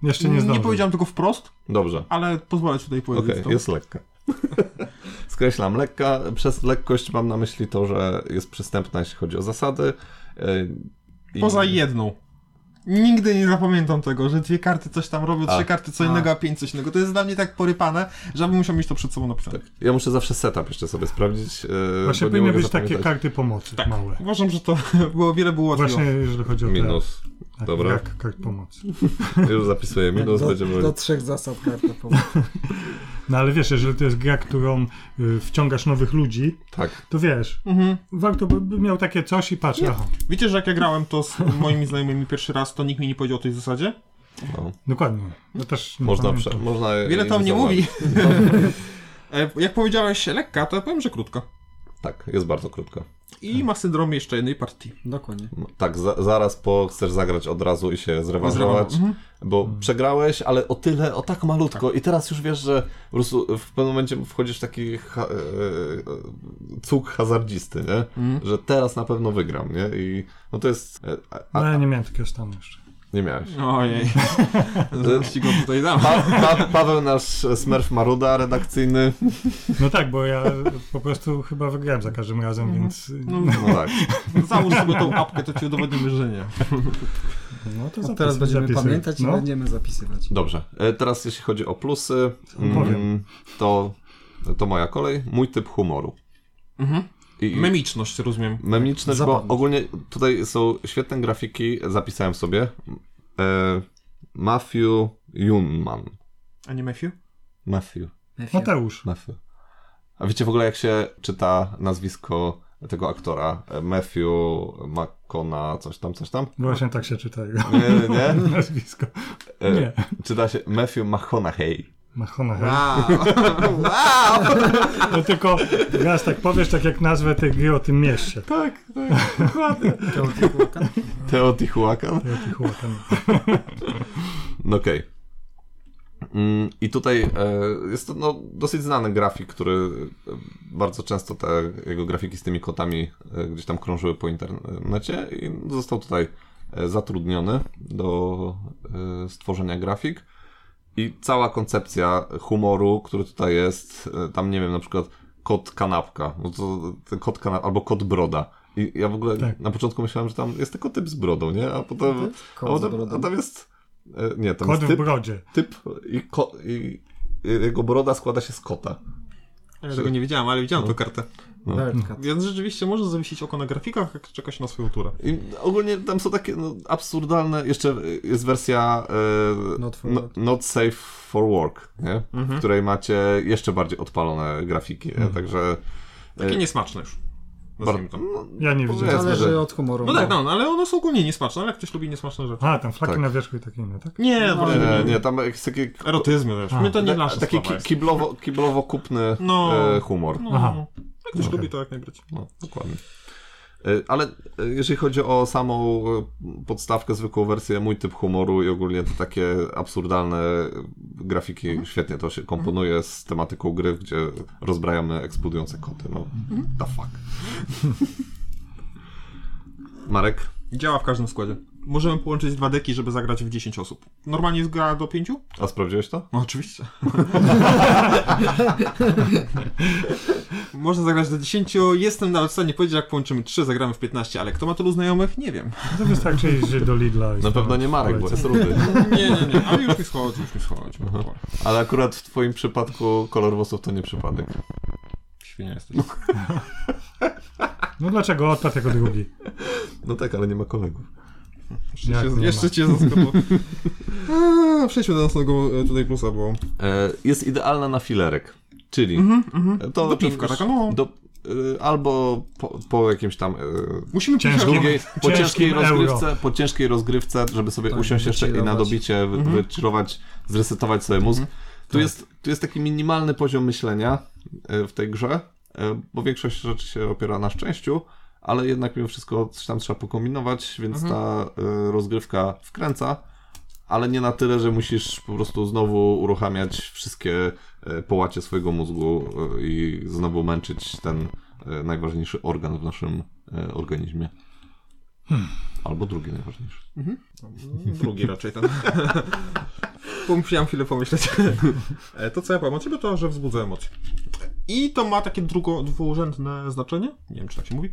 Jeszcze nie Nie, zdążył. powiedziałem tego wprost, Dobrze. ale pozwolę ci tutaj powiedzieć. Okej, to. jest lekka. (laughs) Skreślam lekka. Przez lekkość mam na myśli to, że jest przystępna, jeśli chodzi o zasady. E, i- Poza jedną. Nigdy nie zapamiętam tego, że dwie karty coś tam robią, A. trzy karty co innego, a pięć coś innego. To jest dla mnie tak porypane, że ja bym musiał mieć to przed sobą napisane. Ja muszę zawsze setup jeszcze sobie sprawdzić. e, Właśnie bo nie mogę powinny być takie zapamiętać. Tak. karty pomocy małe. Uważam, że to (laughs) było wiele było Właśnie łatwiej. jeżeli chodzi o te- Minus. tak, Dobra. brak kart pomocy. Już zapisuję minus, do, będziemy... do trzech zasad karta pomocy. No ale wiesz, jeżeli to jest gra, którą y, wciągasz nowych ludzi, Tak. to wiesz, warto by, by miał takie coś i patrz, aha, Wiecie, że jak ja grałem to z moimi znajomymi pierwszy raz, to nikt mi nie powiedział o tej zasadzie? No. dokładnie. Ja też nie Można, pamiętam. prze, można Wiele tam nie zauważyć. mówi. E, Jak powiedziałeś lekka, to ja powiem, że krótko. (laughs) Tak, jest bardzo krótka. I ma syndrom jeszcze jednej partii. Dokładnie. Tak, za, zaraz po chcesz zagrać od razu i się zrewanżować, Zrewanż- mhm. bo przegrałeś, ale o tyle, o tak malutko i teraz już wiesz, że po prostu w pewnym momencie wchodzisz w taki ha, e, e, cuk hazardzisty, nie? Mhm. Że teraz na pewno wygram, nie? I no to jest... e, A, No a, ja nie miałem takiego stanu jeszcze. nie miałeś. Ojej, zaraz ci go tutaj dam. Pa, pa, Paweł nasz smurf maruda redakcyjny, No tak, bo ja po prostu chyba wygrałem za każdym razem, więc... no tak. (laughs) Załóż sobie tą apkę, to ci udowodnimy, że nie. No to A zapis, teraz będziemy zapisuj. pamiętać i no. będziemy zapisywać. Dobrze. E, Teraz jeśli chodzi o plusy, mm, Powiem. to, to moja kolej. Mój typ humoru. Mhm. I, i Memiczność, rozumiem. memiczność, bo Zabawność. ogólnie tutaj są świetne grafiki, zapisałem sobie. E, Matthew Junman. A nie Matthew? Matthew. Mateusz. Matthew. A wiecie w ogóle jak się czyta nazwisko tego aktora? E, Matthew McCona, coś tam, coś tam? Właśnie tak się czyta jego Nie, nie? (laughs) nazwisko. E, Nie. Czyta się Matthew McConaughey. Mahonahel. Wow. (laughs) wow! No tylko raz tak powiesz, tak jak nazwę tej gry o tym mieście. Tak, tak, dokładnie. Teotihuacan. Teotihuacan. Teotihuacan. No Okej. Mm, I tutaj e, jest to no, dosyć znany grafik, który e, bardzo często te jego grafiki z tymi kotami e, gdzieś tam krążyły po internecie i został tutaj e, zatrudniony do e, stworzenia grafik. I cała koncepcja humoru, który tutaj jest, e, tam nie wiem, na przykład kot kanapka, no to ten kot kanapka, albo kot broda. I ja w ogóle Tak. na początku myślałem, że tam jest tylko typ z brodą, nie? A potem, a Kot z potem brodą. a tam jest... e, Nie, tam Kod jest w typ, brodzie. typ i, ko, i i jego broda składa się z kota. Ja tego nie widziałem, ale No. widziałem tę kartę. Wildcat. Więc rzeczywiście może zawiesić oko na grafikach, jak czeka się na swoją turę. I ogólnie tam są takie no, absurdalne, jeszcze jest wersja e, Not for no- work. not safe for work, nie? Mhm. w której macie jeszcze bardziej odpalone grafiki, Mhm. nie? także Takie Y, niesmaczne już. Nazwijmy to. no, Ja nie powiedzmy, widzę. Zależy że- od humoru. No tak, no, no, ale one są ogólnie niesmaczne, ale jak ktoś lubi niesmaczne rzeczy. A, tam flaki Tak. na wierzchu i takie inne, tak? Nie, no, Nie, e, nie, tam jest taki, Erotyzmy też. My to nie nasze taki sprawa ki, jest. kiblowo, kiblowo-kupny No. e, humor. No, Aha. no. Jak ktoś lubi, to jak najbardziej. No, dokładnie. Y, Ale y, jeżeli chodzi o samą y, podstawkę, zwykłą wersję, mój typ humoru i ogólnie te takie absurdalne y, grafiki, świetnie to się komponuje z tematyką gry, gdzie rozbrajamy eksplodujące koty. No, the fuck. Marek? Działa w każdym składzie. Możemy połączyć dwa deki, żeby zagrać w 10 osób. Normalnie jest gra do 5? A sprawdziłeś to? No oczywiście. (laughs) Można zagrać do 10. Jestem nawet w stanie powiedzieć, jak połączymy 3, zagramy w 15, ale kto ma tylu znajomych? Nie wiem. To wystarczy iść do Lidla. i Na pewno stawać nie w Marek, bo kolejce. jest rudy. Nie, nie, nie, ale już mi schodzi, już mi schodzi. Ale akurat w twoim przypadku kolor włosów to nie przypadek. Świnia jesteś. No dlaczego odpadł jako drugi? No tak, ale nie ma kolegów. Jeszcze, Jak nie cię, ma? jeszcze cię zaskoczyło. Eee, Przejdźmy do następnego e, tutaj plusa, bo... E, jest idealna na filerek, czyli e, to Mhm, Do czym- piwka, taka, no. do, e, albo po, po jakimś tam e, Musimy Ciężko. pić- długiej, po Ciężkim ciężkiej euro. rozgrywce, po ciężkiej rozgrywce, żeby sobie usiąść jeszcze i na wychillować. dobicie wy, wychillować, zresetować sobie mózg. Tu, jest, tu jest taki minimalny poziom myślenia e, w tej grze, e, bo większość rzeczy się opiera na szczęściu, ale jednak mimo wszystko coś tam trzeba pokombinować, więc ta e, rozgrywka wkręca ale nie na tyle, że musisz po prostu znowu uruchamiać wszystkie e, połacie swojego mózgu e, i znowu męczyć ten e, najważniejszy organ w naszym e, organizmie. Albo drugi najważniejszy. Drugi raczej (laughs) ten. Bo Musiałem chwilę pomyśleć. E, To co ja powiem o ciebie, to że wzbudza emocje. I to ma takie drugo, dwurzędne znaczenie. Nie wiem, czy tak się mówi.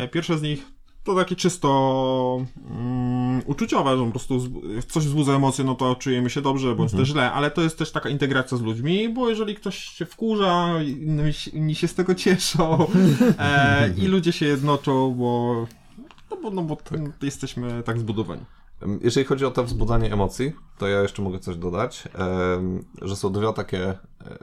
E, Pierwsze z nich to takie czysto mm, uczuciowe, że po prostu zb- coś wzbudza emocje, no to czujemy się dobrze, bądź też źle, ale to jest też taka integracja z ludźmi, bo jeżeli ktoś się wkurza, inni się- inni się z tego cieszą e, i ludzie się jednoczą, bo, no bo, no bo ten- jesteśmy tak zbudowani. Em, Jeżeli chodzi o to wzbudzanie emocji, to ja jeszcze mogę coś dodać, em, że są dwa takie e,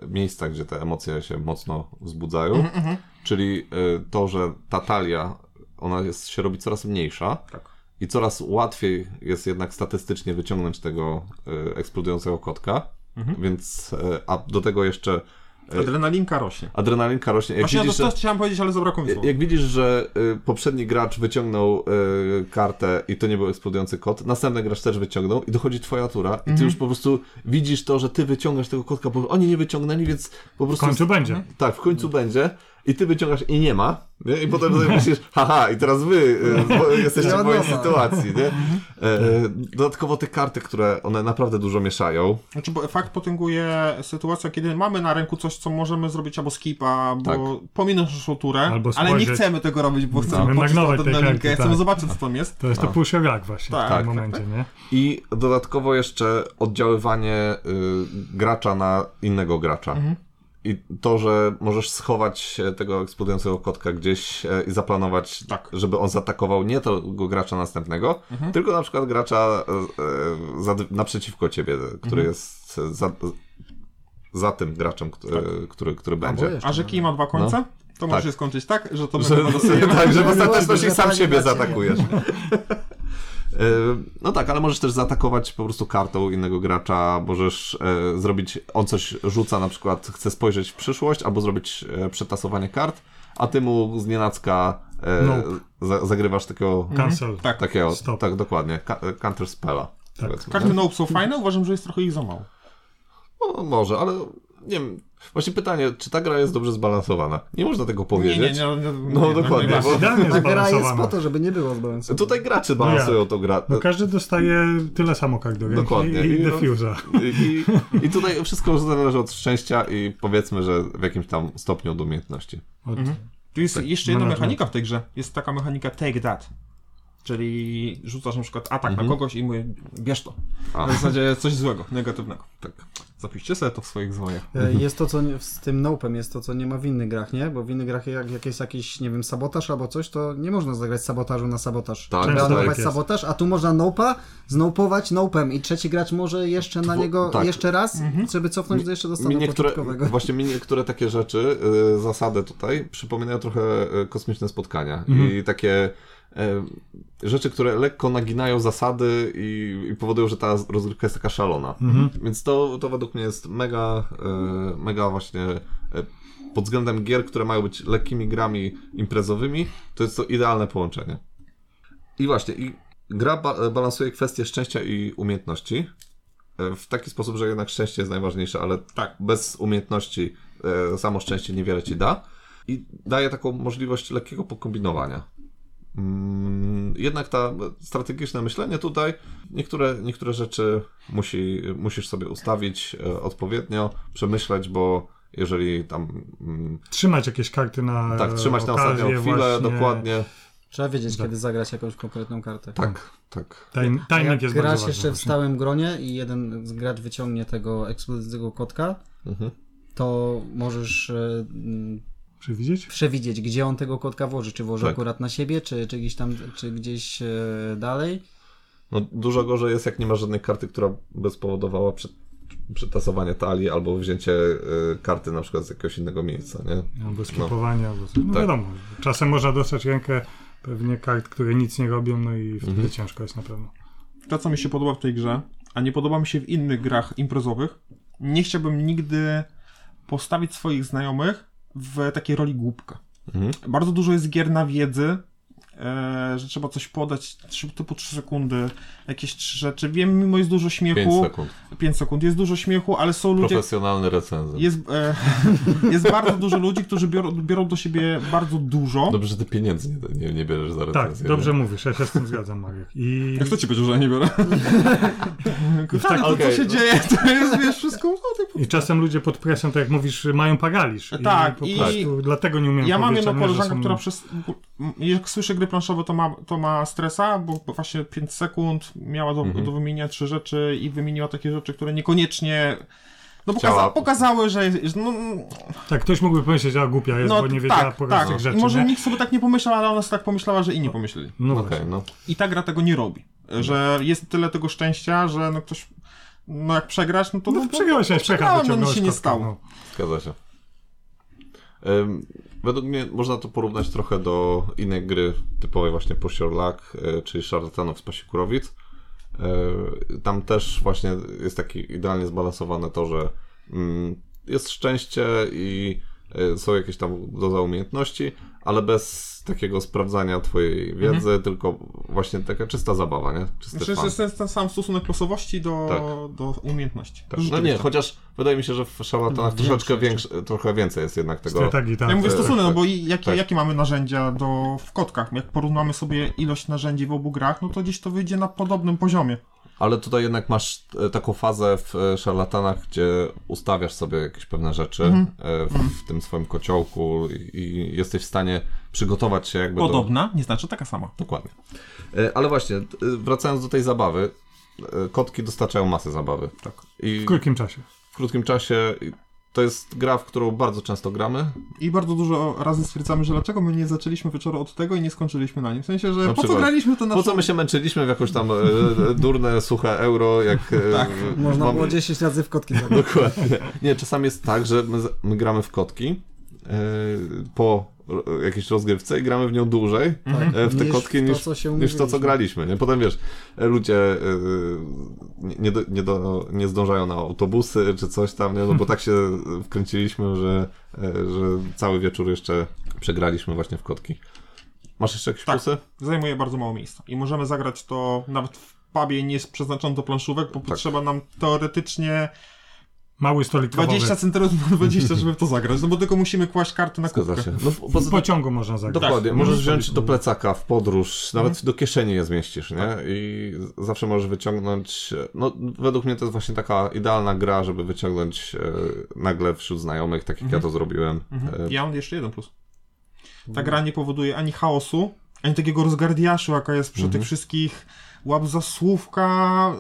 miejsca, gdzie te emocje się mocno wzbudzają, Mhm, czyli e, to, że ta talia, ona jest, się robi coraz mniejsza Tak. i coraz łatwiej jest jednak statystycznie Mhm. wyciągnąć tego e, eksplodującego kotka, więc e, a do tego jeszcze Adrenalinka rośnie. Adrenalinka rośnie. Jak Właśnie ja widzisz, to, że- to chciałem powiedzieć, ale zabrakło mi słów. Y, Jak widzisz, że y, poprzedni gracz wyciągnął y, kartę i to nie był eksplodujący kot, następny gracz też wyciągnął i dochodzi twoja tura i Mhm. ty już po prostu widzisz to, że ty wyciągasz tego kotka, bo oni nie wyciągnęli, więc po W prostu... końcu będzie. Mhm. Tak, w końcu będzie i ty wyciągasz i nie ma, nie? i potem sobie myślisz, haha, i teraz wy y, (laughs) bo- jesteście Ja w mojej nowa. sytuacji, nie? Mhm. E, dodatkowo te karty, które one naprawdę dużo mieszają, Znaczy, bo fakt potęguje sytuacja, kiedy mamy na ręku coś, co możemy zrobić albo skipa, bo Tak. pominąć naszą turę, Albo ale nie spojrzeć. chcemy tego robić, bo chcemy poczuć magnować tą tej dynamikę, karty, chcemy tak. zobaczyć, co tam jest. To jest to No. push your luck właśnie Tak, w tym tak, momencie, Mhm. nie? I dodatkowo jeszcze oddziaływanie y, gracza na innego gracza. I to, że możesz schować e, tego eksplodującego kotka gdzieś e, i zaplanować, Tak. żeby on zaatakował nie tego gracza następnego, tylko na przykład gracza e, e, za, naprzeciwko ciebie, który jest e, za, za tym graczem, który, który, który będzie. jeszcze. A że kij ma dwa końce, to może się skończyć tak, że to będzie No. (laughs) Że, losujemy. tak, że w ostateczności Byłoby, że sam pani siebie dla ciebie. zaatakujesz. (laughs) E, No tak, ale możesz też zaatakować po prostu kartą innego gracza, możesz e, zrobić, on coś rzuca, na przykład chce spojrzeć w przyszłość, albo zrobić e, przetasowanie kart, a ty mu z nienacka e, Nope. za, zagrywasz takiego, Cancel. Tak. takiego Stop. Tak. tak dokładnie, ka- counter spella. powiedzmy, Karty nie? Nope są fajne, uważam, że jest trochę ich za mało. No, może, ale nie wiem, właśnie pytanie, czy ta gra jest dobrze zbalansowana? Nie można tego Nie, powiedzieć. nie, nie. nie, nie No dokładnie, Tak. nie, bo- Idealnie Ta gra jest zbalansowana. po to, żeby nie było zbalansowane. Tutaj gracze balansują No tą grę. No każdy dostaje tyle samo kart do ręki Dokładnie. i, i I- no- defusa. I, i, I tutaj wszystko zależy od szczęścia i powiedzmy, że w jakimś tam stopniu od umiejętności. Od... Tu Tak. jest jeszcze jedna management. mechanika w tej grze. Jest taka mechanika take that. Czyli rzucasz na przykład atak Mhm. na kogoś i mówię, bierz to. A. W zasadzie coś złego, negatywnego. Tak. Zapiszcie sobie to w swoich złojach. E, Jest to, co nie- z tym nopem jest to, co nie ma w innych grach, nie? Bo w innych grach jak, jak jest jakiś, nie wiem, sabotaż albo coś, to nie można zagrać sabotażu na sabotaż. Tak, Trzeba tak nopować jest. sabotaż, a tu można nopa znopować nopem i trzeci gracz może jeszcze na Dwu- niego tak. jeszcze raz, żeby cofnąć do jeszcze do Mi stanu niektóre, początkowego. (laughs) właśnie mi niektóre takie rzeczy, y, zasady tutaj przypominają trochę y, kosmiczne spotkania i takie y, rzeczy, które lekko naginają zasady i, i powodują, że ta rozgrywka jest taka szalona. Więc to, to według mnie jest mega, y, mega właśnie y, pod względem gier, które mają być lekkimi grami imprezowymi, to jest to idealne połączenie. I właśnie, i gra ba- balansuje kwestie szczęścia i umiejętności e, w taki sposób, że jednak szczęście jest najważniejsze, ale tak, bez umiejętności e, samo szczęście niewiele ci da i daje taką możliwość lekkiego pokombinowania. Mm, Jednak ta strategiczne myślenie tutaj, niektóre, niektóre rzeczy musi, musisz sobie ustawić e, odpowiednio, przemyśleć, bo jeżeli tam mm, Trzymać jakieś karty na tak, trzymać na ostatnią okazję chwilę, E, właśnie. dokładnie. Trzeba wiedzieć, kiedy zagrać jakąś konkretną kartę. Tak, tak. Tajn, timing Jak jest grać bardzo jeszcze ważny. w stałym gronie i jeden z gracz wyciągnie tego eksplodującego kotka, Mhm. to możesz e, mm, Przewidzieć? przewidzieć, gdzie on tego kotka włoży. Czy włoży Tak. akurat na siebie, czy, czy gdzieś tam, czy gdzieś e, dalej. No, dużo gorzej jest, jak nie ma żadnej karty, która by spowodowała przy, przytasowanie talii albo wzięcie y, karty na przykład z jakiegoś innego miejsca, nie? Albo skipowanie, albo coś. No No. Tak. wiadomo, czasem można dostać rękę pewnie kart, które nic nie robią, no i wtedy Mhm. ciężko jest na pewno. to, co mi się podoba w tej grze, a nie podoba mi się w innych grach imprezowych, nie chciałbym nigdy postawić swoich znajomych w takiej roli głupka. Mhm. Bardzo dużo jest gier na wiedzy, e, że trzeba coś podać, trzy- typu 3 sekundy, jakieś trzy rzeczy. Wiem, mimo jest dużo 5 śmiechu. sekund. 5 sekund. Jest dużo śmiechu, ale są ludzie, Profesjonalny recenzent. jest, e, (laughs) jest bardzo dużo ludzi, którzy biorą, biorą do siebie bardzo dużo. Dobrze, że ty pieniędzy nie, nie, nie bierzesz za Tak, recenzję. dobrze nie? mówisz, ja się z tym zgadzam, Marek. I Jak to ci powiedział, że ja nie biorę? Tak, to co okej, się no. dzieje, to jest wiesz, wszystko. No, typu, I czasem ludzie pod presją, tak jak mówisz, mają paraliż. I Tak, po i- prostu dlatego nie umiem Ja mam powiedzieć, jedną a nie, że koleżankę, są- która przez. Jak słyszy gry planszowe, to ma, to ma stresa, bo właśnie 5 sekund miała do, Mhm. do wymienienia trzy rzeczy i wymieniła takie rzeczy, które niekoniecznie. No pokaza, Chciała. pokazały, że. że No, Tak, ktoś mógłby pomyśleć, a głupia jest, no bo nie wiedziała tak, po raz tak. tych rzeczy. I może nie? nikt sobie tak nie pomyślał, ale ona sobie tak pomyślała, że inni pomyśleli. No Okej, właśnie. no. I ta gra tego nie robi. Mhm. Że jest tyle tego szczęścia, że no ktoś. No jak przegrasz, no to. No, przegrałeś, no, przegrałem, przegrałeś, no nic się nie stało. Zgadza się. Ym, Według mnie można to porównać trochę do innej gry typowej właśnie Push Your Luck, y, czyli Szarlatanów z Pasikurowic. E, Y, Tam też właśnie jest taki idealnie zbalansowane to, że mm, jest szczęście i y, są jakieś tam doza umiejętności, ale bez takiego sprawdzania twojej wiedzy, tylko właśnie taka czysta zabawa, nie? Czysty Znaczy, fan. jest ten, ten sam stosunek losowości do, Tak. do umiejętności. Tak. To No rzeczywiście. nie, chociaż wydaje mi się, że w szarlatanach troszeczkę większe, trochę więcej jest jednak tego. Strategii, tak. Ja mówię tak, stosunek, no tak, bo i- jakie, tak. jakie mamy narzędzia do, w kotkach? Jak porównamy sobie ilość narzędzi w obu grach, no to gdzieś to wyjdzie na podobnym poziomie. Ale tutaj jednak masz e, taką fazę w e, szarlatanach, gdzie ustawiasz sobie jakieś pewne rzeczy e, w, w tym swoim kociołku i, i jesteś w stanie przygotować się jakby do, Podobna, nie znaczy taka sama. Dokładnie. E, Ale właśnie, e, wracając do tej zabawy, e, kotki dostarczają masę zabawy. Tak. I W krótkim czasie. w krótkim czasie i to jest gra, w którą bardzo często gramy. I bardzo dużo razy stwierdzamy, że dlaczego my nie zaczęliśmy wieczoru od tego i nie skończyliśmy na nim. W sensie, że Na po co przykład. graliśmy to na Po co my się męczyliśmy w jakąś tam e, e, durne, suche euro, jak... e, w- Można mam- było 10 razy w kotki zagrać. (laughs) Dokładnie. Nie, czasami jest tak, że my, z- my gramy w kotki e, po r- jakiejś rozgrywce i gramy w nią dłużej e, w te Mhm. Tak. Niż kotki w to, niż, co się niż w to, co umówiliśmy. graliśmy. Nie? Potem wiesz, e, ludzie e, nie- nie, do, nie, do, nie zdążają na autobusy czy coś tam, nie? no bo tak się wkręciliśmy, że, e, że cały wieczór jeszcze przegraliśmy właśnie w kotki. Masz jeszcze jakieś Tak. plusy? Zajmuje bardzo mało miejsca. I możemy zagrać to nawet w pubie nie jest przeznaczone do planszówek, bo Tak. potrzeba nam teoretycznie Mały stolik kawowy. 20 centymetrów na 20, żeby w to zagrać. No bo tylko musimy kłaść karty na Zgadza kubkę. się. No, po, W poza, pociągu można zagrać. Dokładnie, Tak. Mhm. możesz wziąć do plecaka w podróż, nawet do kieszeni je zmieścisz, nie? Tak. I z- zawsze możesz wyciągnąć. No, według mnie to jest właśnie taka idealna gra, żeby wyciągnąć e, nagle wśród znajomych, tak jak Mhm. ja to zrobiłem. E, Mm. Ja mam jeszcze jeden plus. Ta gra nie powoduje ani chaosu, ani takiego rozgardiaszu, jaka jest przy Mhm. tych wszystkich łap za słówka,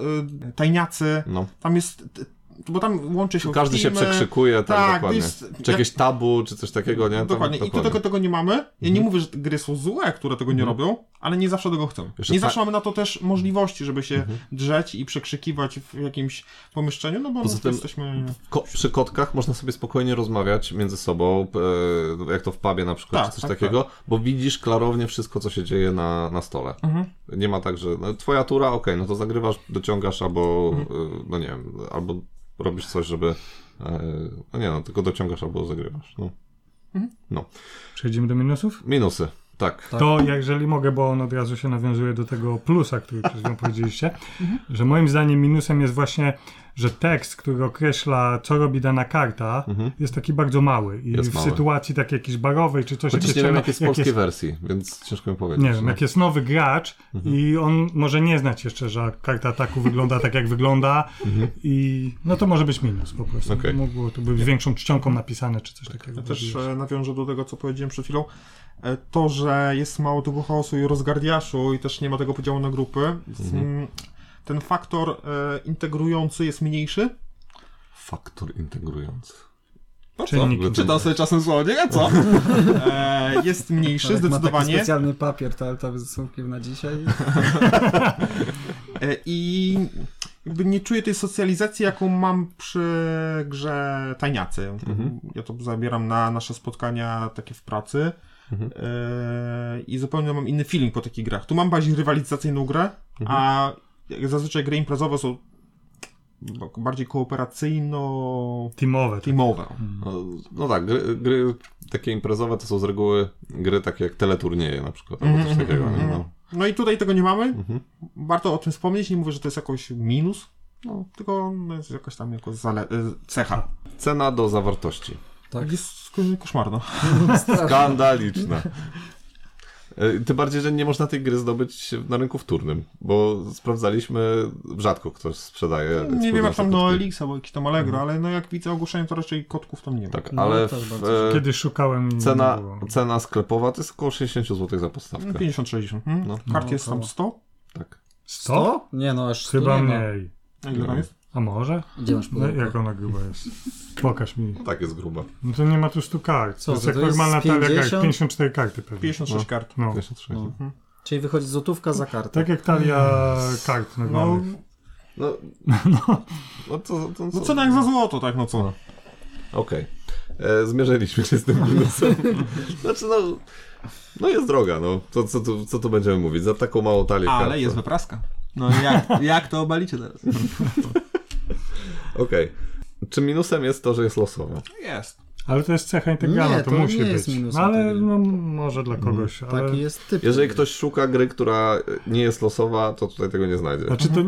y, tajniacy. no. Tam jest... t- Bo tam łączy się Każdy się teamy. przekrzykuje, tak, tak, dokładnie. jest- Czy jakieś tabu, czy coś takiego, nie? Tak, Tam- Mhm. Dokładnie. I tu tego, tego nie mamy. Ja nie mówię, że te gry są złe, które tego nie robią, ale nie zawsze tego chcą. Jeszcze nie Mhm. ta- Mhm. zawsze mamy na to też możliwości, żeby się drzeć i przekrzykiwać w jakimś pomieszczeniu, no bo Poza no, tym- jesteśmy... Ko- przy kotkach można sobie spokojnie rozmawiać między sobą, e, jak to w pubie na przykład, Tak, czy coś tak, takiego, bo widzisz klarownie wszystko, co się dzieje na, na stole. Mhm. Nie ma tak, że no, twoja tura, okej, no to zagrywasz, dociągasz albo, Mhm. e, no nie wiem, albo robisz coś, żeby, e, no nie no, tylko dociągasz albo zagrywasz. No. no. Przejdziemy do minusów? Minusy, tak. To jeżeli mogę, bo on od razu się nawiązuje do tego plusa, który przed chwilą powiedzieliście, że moim zdaniem minusem jest właśnie, że tekst, który określa, co robi dana karta, jest taki bardzo mały. I Mhm. Jest w mały. sytuacji takiej jakiejś barowej czy coś Chociaż nie jeszcze, wiem, no, jak jest w polskiej wersji, więc ciężko mi powiedzieć. Nie wiem, no. jak jest nowy gracz Mhm. i on może nie znać jeszcze, że karta ataku wygląda tak, jak wygląda i no to może być minus po prostu. Mhm. Okej. Mogło to być większą czcionką napisane czy coś takiego. Ja też e, nawiążę do tego, co powiedziałem przed chwilą. E, To, że jest mało tego chaosu i rozgardiaszu i też nie ma tego podziału na grupy, z- mm, ten faktor e, integrujący jest mniejszy. Faktor integrujący. No e, co? Czynnik Czytam sobie czasem słowo, nie? co? E, jest mniejszy, Tak, Ma taki zdecydowanie. specjalny papier toaletowy z słówkiem na (laughs) dzisiaj. E, I jakby nie czuję tej socjalizacji, jaką mam przy grze tajniacy. Mhm. Ja to zabieram na nasze spotkania takie w pracy. Mhm. E, I zupełnie mam inny feeling po takich grach. Tu mam bardziej rywalizacyjną grę, a Mhm. jak zazwyczaj gry imprezowe są bardziej kooperacyjno-teamowe. Teamowe. tak. No, Mhm. no tak, gry, gry takie imprezowe to są z reguły gry takie jak teleturnieje na przykład, albo Mhm, coś takiego, nie? No. Mhm, Mhm. No i tutaj tego nie mamy. Warto o tym wspomnieć. Nie mówię, że to jest jakoś minus, no, tylko no, jest jakaś tam jako zale- e, cecha. Cena do zawartości. Tak. Jest ko- koszmarno. Skandaliczna. E, Tym bardziej, że nie można tej gry zdobyć na rynku wtórnym, bo sprawdzaliśmy, rzadko ktoś sprzedaje. Nie wiem jak tam eksplodujące kotki. Noelix albo jakiś tam Allegro, ale no jak widzę ogłoszenie, to raczej kotków tam nie ma. Tak, No, ale też w, bardzo e, Kiedy szukałem i nie cena, było. cena sklepowa to jest około 60 zł za podstawkę. No, 50-60. Hmm? No. Kart jest tam 100. Tak. 100? Nie no, aż 100 Chyba nie ma. mniej. A ile tam jest? A może? Gdzie masz No, pudełko? jak ona gruba jest? Pokaż mi. Tak jest gruba. No to nie ma tu 100 kart. Co, to jest to jak to jest normalna talia kart. 50? 54 karty pewnie. 56 kart. No. 56. No. Czyli wychodzi złotówka za kartę. Tak jak talia kart No, normalnych. No, (laughs) to, to, no cena jak za złoto, tak no co. Okej. E, Zmierzyliśmy się z No. tym minusem. Znaczy, no. No jest droga, no. To, co, tu, co tu będziemy mówić? Za taką małą talię. kartę. Ale jest (laughs) wypraska. No jak, jak to obalicie teraz? Okej. Czy minusem jest to, że jest losowe? Jest. Ale to jest cecha integralna, Nie, to, to musi nie być. jest minus no, ale integralny. no, może Mm, dla kogoś. Ale... Taki jest typ. Jeżeli ktoś szuka gry, która nie jest losowa, to tutaj tego nie znajdzie. Znaczy to,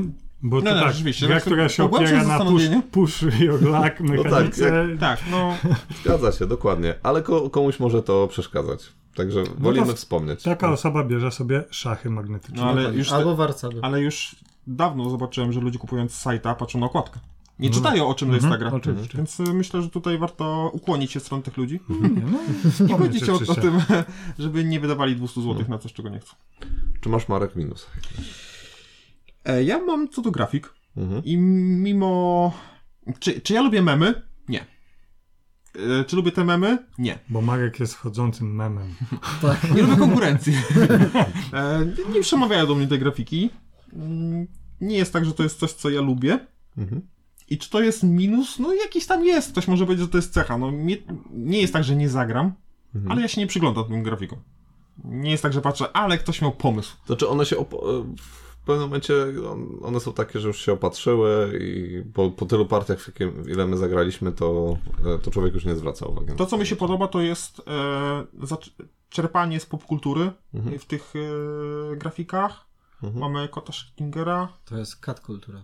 bo to No, no, tak, rzeczywiście, gra, tak sobie która się pogłębiam opiera na push, zastanowienie. No push i oglak mechanice, Tak, no. Zgadza się, dokładnie. Ale ko- komuś może to przeszkadzać. Także wolimy to- wspomnieć. taka osoba bierze sobie szachy (laughs) magnetyczne. No ale już, Albo warcaby. ale już dawno zobaczyłem, że ludzie kupując sajta patrzą na okładkę. Nie czytają o czym to jest ta gra. oczywiście. Więc y, myślę, że tutaj warto ukłonić się stron tych ludzi. No, Mhm. Nie wspomnieć chodzić o, o oczywiście. tym, (laughs) żeby nie wydawali 200 zł na coś, czego nie chcą. Czy masz Marek minus? E, Ja mam co do grafik. Mhm. I mimo. Czy, czy ja lubię memy? Nie. E, Czy lubię te memy? Nie. Bo Marek jest chodzącym memem. Nie lubię (laughs) konkurencji. E, Nie przemawiają do mnie te grafiki. Mm, Nie jest tak, że to jest coś, co ja lubię. Mhm. I czy to jest minus? No jakiś tam jest. Ktoś może powiedzieć, że to jest cecha. No nie, nie jest tak, że nie zagram, ale ja się nie przyglądam tym grafikom. Nie jest tak, że patrzę, ale ktoś miał pomysł. Znaczy one się opo- w pewnym momencie on- one są takie, że już się opatrzyły i po, po tylu partiach, w jakie- ile my zagraliśmy, to, e, to człowiek już nie zwraca uwagi. na To, co mi się podoba, to jest e, zac- czerpanie z popkultury w tych e, grafikach. Mamy Kota Schillingera. To jest kat kultura.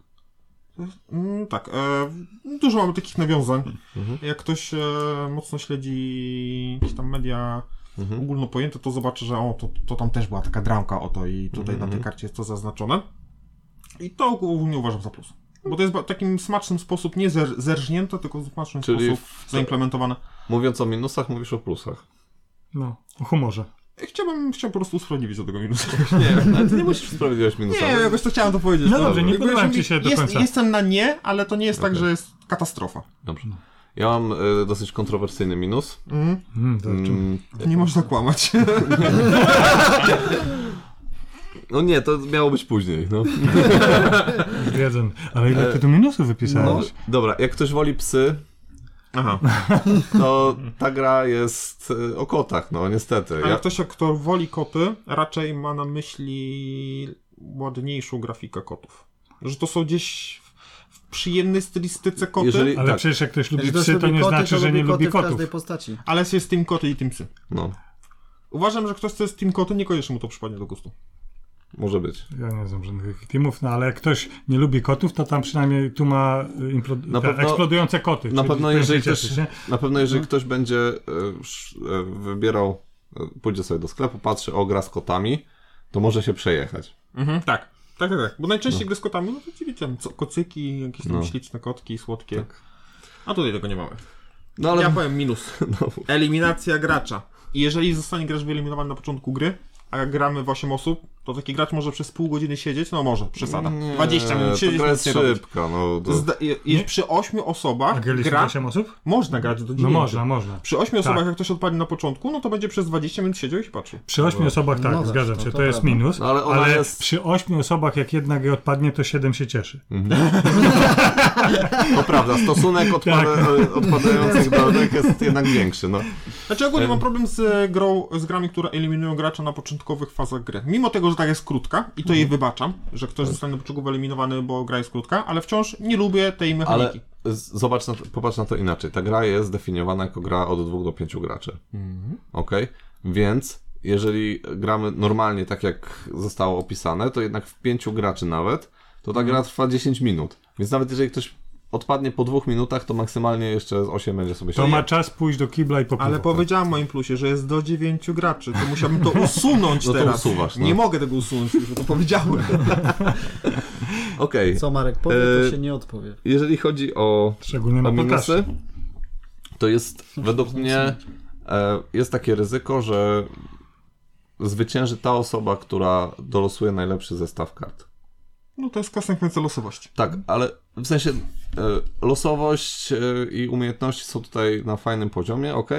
Mm, tak, e, dużo mamy takich nawiązań. Jak ktoś e, mocno śledzi jakieś tam media ogólnopojęte, to zobaczy, że o, to, to tam też była taka dramka o to i tutaj na tej karcie jest to zaznaczone. I to ogólnie uważam za plus. Bo to jest ba- takim smacznym sposób, nie zer- zerżnięte, tylko w smaczny Czyli sposób zaimplementowane. Mówiąc o minusach, mówisz o plusach. No, o humorze. Chciałbym, chciałbym po prostu usprawiedliwić do tego minusa. Nie, ale ty nie musisz usprawiedliwiać minusa. Nie, jakoś to chciałem to powiedzieć. No dobrze, nie Jakby podobałem się ci się mi- do jest, końca. Jestem na nie, ale to nie jest tak, że jest katastrofa. Dobrze. Ja mam e, dosyć kontrowersyjny minus. Mm, to, czym- Mm, Nie można (laughs) kłamać. No nie, to miało być później. (laughs) No. Jeden. Ale ile E, ty tu minusów No. wypisałeś? Dobra, jak ktoś woli psy, Aha. to ta gra jest e, o kotach, no niestety. Ale Ja, ktoś, kto woli koty, raczej ma na myśli ładniejszą grafikę kotów. Że to są gdzieś w- w przyjemnej stylistyce koty, Jeżeli- Ale tak. przecież jak ktoś lubi Jeżeli no, ktoś psy, to lubi nie koty, znaczy, to że nie lubi koty w kotów. każdej postaci. ale jest Team Koty i Team Psy. no, Uważam, że ktoś, kto jest Team Koty, niekoniecznie mu to przypadnie do gustu. może być. Ja nie znam żadnych teamów, no ale jak ktoś nie lubi kotów, to tam przynajmniej tu ma y, implo- Na te pewno- eksplodujące koty. czyli Na pewno, powinien jeżeli się cieszyć, ktoś, nie? na pewno No. jeżeli ktoś będzie e, sz- e, wybierał, e, pójdzie sobie do sklepu, patrzy o gra z kotami, to może się przejechać. Mhm, tak. Tak, tak, tak. Bo najczęściej gdy z kotami, no to ci widzę, co, kocyki, jakieś tam No. śliczne kotki, słodkie. A tutaj tego nie mamy. No ale Ja powiem minus. (laughs) no, Eliminacja gracza. I jeżeli zostanie gracz wyeliminowany na początku gry, a gramy w 8 osób, to taki gracz może przez pół godziny siedzieć, no może, przesada. 20 minut to siedzieć, gra nic jest nie robić. szybka. No, to, Zda- je- je- Przy 8 A osobach graliście gra... 8 osób? Można grać do 9. No można, można. Przy 8 osobach, Tak. jak ktoś odpadnie na początku, no to będzie przez 20 minut siedział i się patrzył. Przy ośmiu osobach no tak, właśnie, zgadzam to- się, to to jest prawda. minus, No, ale ale, ona jest- przy ośmiu osobach jak jedna gra odpadnie, to siedem się cieszy. to prawda, (laughs) stosunek odpada, Tak. y, odpadających do deck jest jednak większy. No. Znaczy ogólnie mam problem z e, grą, z grami, które eliminują gracza na początkowych fazach gry. Mimo tego, że tak jest krótka i to jej Mhm. wybaczam, że ktoś zostanie na początku wyeliminowany, bo gra jest krótka, ale wciąż nie lubię tej Ale mechaniki. z- zobacz na to, popatrz na to inaczej. Ta gra jest definiowana jako gra od 2 do 5 graczy. Ok? Więc jeżeli gramy normalnie tak, jak zostało opisane, to jednak w 5 graczy nawet, to ta gra trwa 10 minut. Więc nawet jeżeli ktoś odpadnie po dwóch minutach, to maksymalnie jeszcze z 8 będzie sobie To siedział. ma czas pójść do kibla i po Ale piwo. powiedziałem w moim plusie, że jest do 9 graczy, to musiałbym to usunąć (laughs) No to teraz. usuwasz, no. Nie mogę tego usunąć, już bo to powiedziałem. Okej. Co Marek powie, to Yy, się nie odpowie. Jeżeli chodzi o Szczególnie o na minusy, podcastie. to jest według mnie e, jest takie ryzyko, że zwycięży ta osoba, która dolosuje najlepszy zestaw kart. No to jest konsekwencja losowości. Tak, ale w sensie e, losowość e, i umiejętności są tutaj na fajnym poziomie, ok,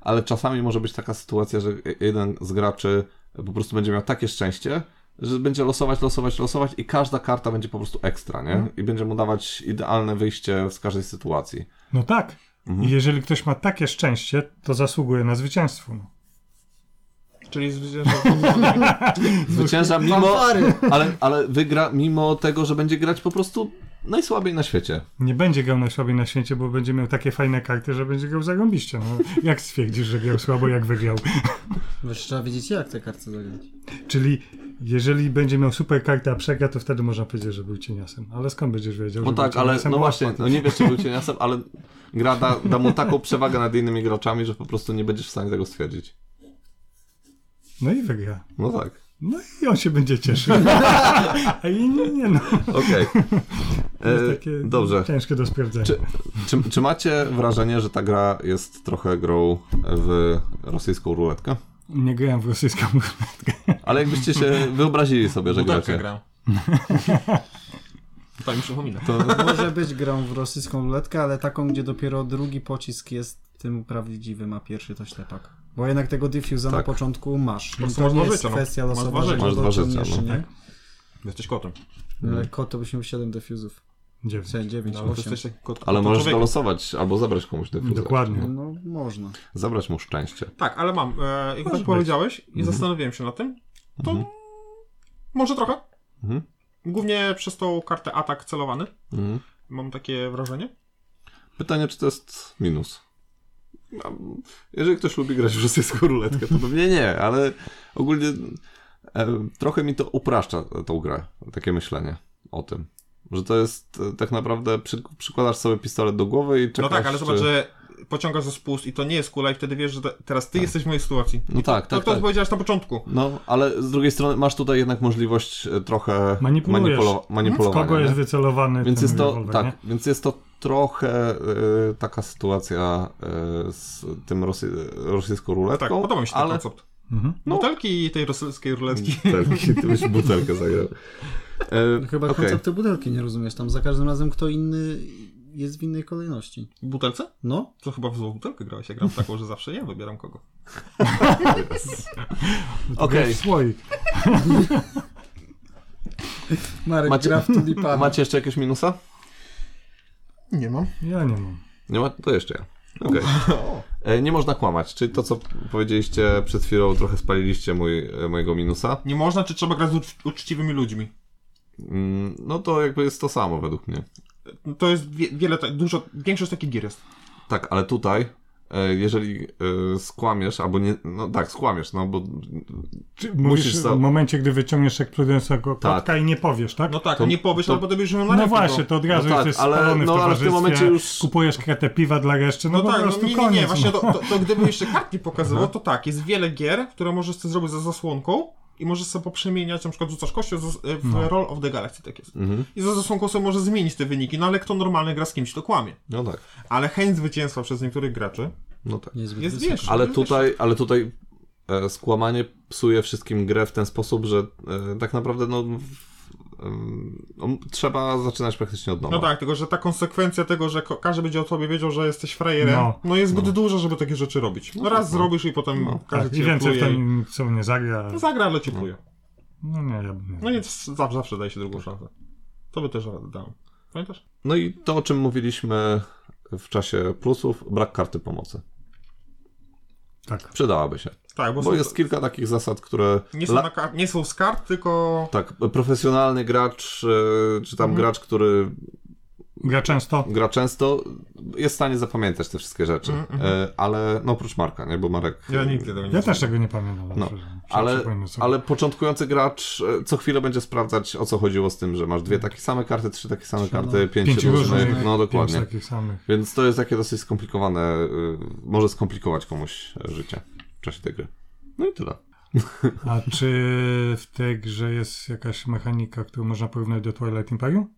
ale czasami może być taka sytuacja, że e, jeden z graczy po prostu będzie miał takie szczęście, że będzie losować, losować, losować i każda karta będzie po prostu ekstra, nie? I będzie mu dawać idealne wyjście z każdej sytuacji. No tak. Mhm. I jeżeli ktoś ma takie szczęście, to zasługuje na zwycięstwo. No. Czyli z- Zwycięża mimo, Fanfary. ale, ale wygra mimo tego, że będzie grać po prostu najsłabiej na świecie. Nie będzie grał najsłabiej na świecie, bo będzie miał takie fajne karty, że będzie grał zarąbiście. No, jak stwierdzisz, że grał słabo, jak wygrał? Bo jeszcze trzeba wiedzieć, jak te karty zagrać. Czyli jeżeli będzie miał super kartę, a przegra, to wtedy można powiedzieć, że był cieniasem. Ale skąd będziesz wiedział, No że tak, był ale cieniasem? no Bo właśnie, akurat- no nie wiesz, czy był cieniasem, ale gra da, da mu taką przewagę nad innymi graczami, że po prostu nie będziesz w stanie tego stwierdzić. No i wygra. No tak. No i on się będzie (laughs) cieszył. A i nie, nie no. (laughs) Okej. To jest E, takie Dobrze. ciężkie do sprawdzenia. Czy, czy, czy macie wrażenie, że ta gra jest trochę grą w rosyjską ruletkę? Nie grałem w rosyjską ruletkę. Ale jakbyście się wyobrazili sobie, że Butelkę gracie. gram. (laughs) To mi przypomina. To, Może być grą w rosyjską ruletkę, ale taką, gdzie dopiero drugi pocisk jest tym prawdziwym, a pierwszy to ślepak. Bo jednak tego diffusa na Tak. początku masz. prostu to masz nie dwa jest życia, no. kwestia Masz losowa, dwa że życia. Tak. Masz go dwa dociągniesz, życia, no. nie? Jesteś kotem. Ale Kot to byś miał 7 diffusów. Dziewięć. 7, 9, No, ale to 8. jesteś jak kot. ale kot możesz człowieka. dolosować albo zabrać komuś dyfuzor. Dokładnie. No, można. Zabrać mu szczęście. Tak, ale mam. E, jak tak być. powiedziałeś i Mhm. zastanowiłem się na tym, to może trochę. Mhm. Głównie przez tą kartę atak celowany. Mhm. Mam takie wrażenie. Pytanie, czy to jest minus? No, jeżeli ktoś lubi grać w rosyjską ruletkę, to pewnie nie, ale ogólnie e, trochę mi to upraszcza tą grę, takie myślenie o tym. Że to jest e, tak naprawdę przy, przykładasz sobie pistolet do głowy i No czekasz. tak, ale zobacz, czy... że pociągasz za spust i to nie jest kula i wtedy wiesz, że te, teraz ty jesteś w mojej sytuacji. Tak. No tak, To, tak, to tak. powiedziałeś na początku. No, ale z drugiej strony masz tutaj jednak możliwość e, trochę Manipulujesz. W manipulowania. kogo jest nie? wycelowany Więc ten jest to, rewolwer, nie? tak, więc jest to trochę e, taka sytuacja e, z tym rosy, rosyjską ruletką. Tak, podoba mi się ten ale, koncept. Mhm. No. Mm. Butelki i tej rosyjskiej ruletki. (laughs) Butelki, ty byś butelkę zagrał. E, No, chyba okej. konceptu butelki nie rozumiesz. Tam za każdym razem kto inny jest w innej kolejności. W butelce? No? To chyba w złą butelkę grałeś. Ja gram w taką, że zawsze ja wybieram kogo. Okej. Okay. Słoik. Marek Macie- gra w A tulipana. macie jeszcze jakieś minusa? Nie mam. Ja nie mam. Nie ma? To jeszcze ja. Okej. E, Nie można kłamać, czyli to, co powiedzieliście przed chwilą, trochę spaliliście mój, e, mojego minusa. Nie można, czy trzeba grać z ucz- uczciwymi ludźmi? Mm, No to jakby jest to samo według mnie. To jest wie, wiele, ta- dużo, większość takich gier jest. Tak, ale tutaj, e, jeżeli e, skłamiesz, albo nie, no tak, skłamiesz, no bo Czy Musisz mówisz za- w momencie, gdy wyciągniesz eksplodującego Tak. kotka i nie powiesz, tak? No tak, To- nie powiesz, to- ale potem już ją na No rękę, właśnie, bo- to od razu no tak, jesteś ale- spalony no w ale w tym towarzystwie, momencie już- kupujesz kratę piwa dla reszty, no, No, po tak, no prostu nie, nie, koniec. No. nie, właśnie to, to, to gdyby jeszcze kart nie pokazywał, to tak, jest wiele gier, które możesz sobie zrobić za zasłonką i możesz sobie poprzemieniać, na przykład rzucasz kością zas- w No. Roll of the Galaxy, tak jest. I za zasłonką sobie może zmienić te wyniki, no ale kto normalny gra z kimś, to kłamie. No tak, Ale chęć zwycięstwa przez niektórych graczy no tak. Niezbyt (laughs) jest wysoko. większa. Ale No jest większa. tutaj, ale tutaj e, skłamanie psuje wszystkim grę w ten sposób, że e, tak naprawdę no, w, em, no, trzeba zaczynać praktycznie od nowa. No tak, tylko że ta konsekwencja tego, że ko- każdy będzie o tobie wiedział, że jesteś frajerem, No. no, jest zbyt duża, żeby takie rzeczy robić. No raz zrobisz i potem każdy Tak, cię I więcej w pluje i... tym, co nie zagra. No zagra, ale cię pluje. No nie, ja bym nie. No więc zawsze, zawsze daje się drugą szansę. To by też dał. Pamiętasz? No i to, o czym mówiliśmy w czasie plusów, brak karty pomocy. Tak. Przydałaby się. Tak, bo, Bo są, jest kilka takich zasad, które. nie, są la- na kar- nie są z kart, tylko... Tak, profesjonalny gracz, e, czy Mhm. tam gracz, który Gra często. gra często, jest w stanie zapamiętać te wszystkie rzeczy. E, Ale no oprócz Marka, nie? Bo Marek. Mhm, Ja nigdy tego nie Ja też tego nie pamiętam. No, dobrze, że- ale, przypomnę sobie. ale początkujący gracz e, co chwilę będzie sprawdzać, o co chodziło z tym, że masz dwie takie same karty, trzy takie same karty, pięć, no. Pięć różnych. różnych, No pięć dokładnie. takich samych. Więc to jest takie dosyć skomplikowane, y, może skomplikować komuś e, życie w czasie tej gry. No i tyle. A czy w tej grze jest jakaś mechanika, którą można porównać do Twilight Imperium?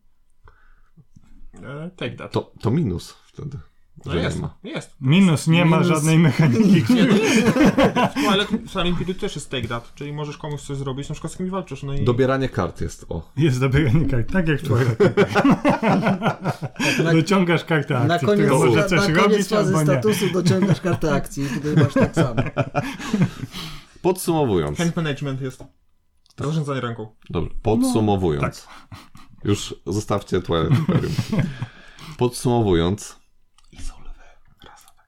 E, Take that. To, to minus wtedy. No że jest, nie ma. jest. Minus, nie ma Minus. żadnej (laughs) mechaniki. No ale w Silent Hill też jest take that, czyli możesz komuś coś zrobić, na przykład z kimś walczysz, no i... Dobieranie kart jest o. Jest dobieranie kart, tak jak w Twilight Imperium. Dociągasz kartę Na akcji, koniec, która może coś na koniec robić fazy albo nie. statusu dociągasz kartę akcji i tutaj masz tak (laughs) samo. Podsumowując. Hand management Tak. jest. Zarządzanie ręką. Dobrze, No, podsumowując. tak. Już zostawcie (laughs) Twilight Imperium. Podsumowując.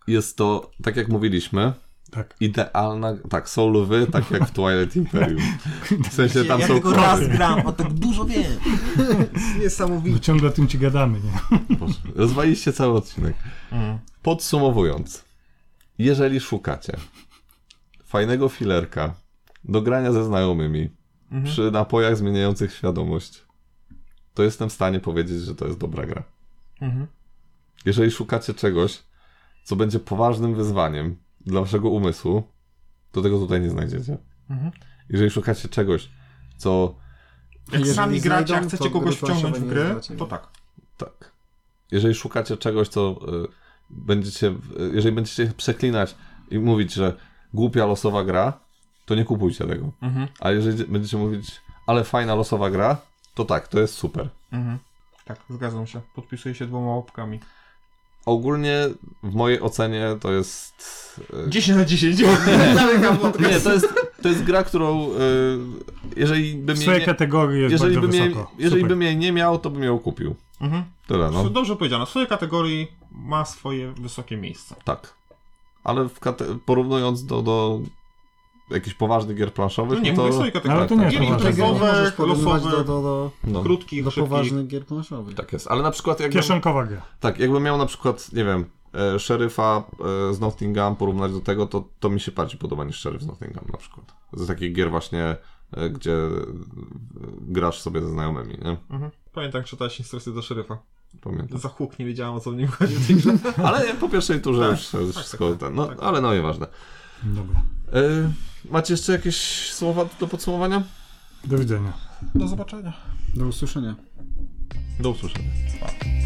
Jest to, tak jak tak mówiliśmy, Tak. Idealna, tak, są lwy, tak jak w Twilight Imperium. W sensie tam ja są tylko raz kory. gram, a tak dużo wiem. No Niesamowite. ciągle o tym ci gadamy, nie? Boże, Rozwaliście cały odcinek. Podsumowując, jeżeli szukacie fajnego filerka do grania ze znajomymi przy napojach zmieniających świadomość, to jestem w stanie powiedzieć, że to jest dobra gra. Jeżeli szukacie czegoś, co będzie poważnym wyzwaniem dla waszego umysłu, to tego tutaj nie znajdziecie. Jeżeli szukacie czegoś, co Jak Jeżeli sami gracie, a znajdą, chcecie to kogoś gry planszowe wciągnąć w nie gry, znacie. to tak. Tak. Jeżeli szukacie czegoś, co y, będziecie, y, jeżeli będziecie przeklinać i mówić, że głupia losowa gra, to nie kupujcie tego. Mhm, A jeżeli będziecie mówić, ale fajna losowa gra, to tak, to jest super. Tak, zgadzam się. Podpisuję się dwoma łapkami. Ogólnie w mojej ocenie to jest. y, 10 na (laughs) 10. (laughs) Nie, to jest, to jest gra, którą. y, Jeżeli W bym jej swojej nie, kategorii jest jeżeli bardzo bym jej, wysoko. jeżeli Super. bym jej nie miał, to bym ją kupił. Mhm. Tyle, no. Dobrze powiedziane. W swojej kategorii ma swoje wysokie miejsce. Tak. Ale w kate- porównując do, do jakichś poważnych gier planszowych, No nie, no mówię w to... swojej kategorii. Ale to nie jest Gier poważne. Tego nie imprezowe, możesz porównywać do, losowe, do, do, no, krótkich, do szybkich. poważnych gier planszowych. Tak jest. Ale na przykład jakbym, Kieszonkowa gra. tak, jakbym miał na przykład, nie wiem, e, szeryfa e, z Nottingham porównać do tego, to, to mi się bardziej podoba niż szeryf z Nottingham na przykład. Z takich gier właśnie, e, gdzie e, grasz sobie ze znajomymi, nie? Mhm. Pamiętam, jak czytałeś instrukcję do szeryfa. Pamiętam. Za huk nie wiedziałem, o co w nim chodzi. (laughs) w tej grze. (laughs) Ale Tak, po pierwszej turze już, już wszystko ten, no, ale no nieważne. Dobra. E, macie jeszcze jakieś słowa do podsumowania? Do widzenia. Do zobaczenia. Do usłyszenia. Do usłyszenia.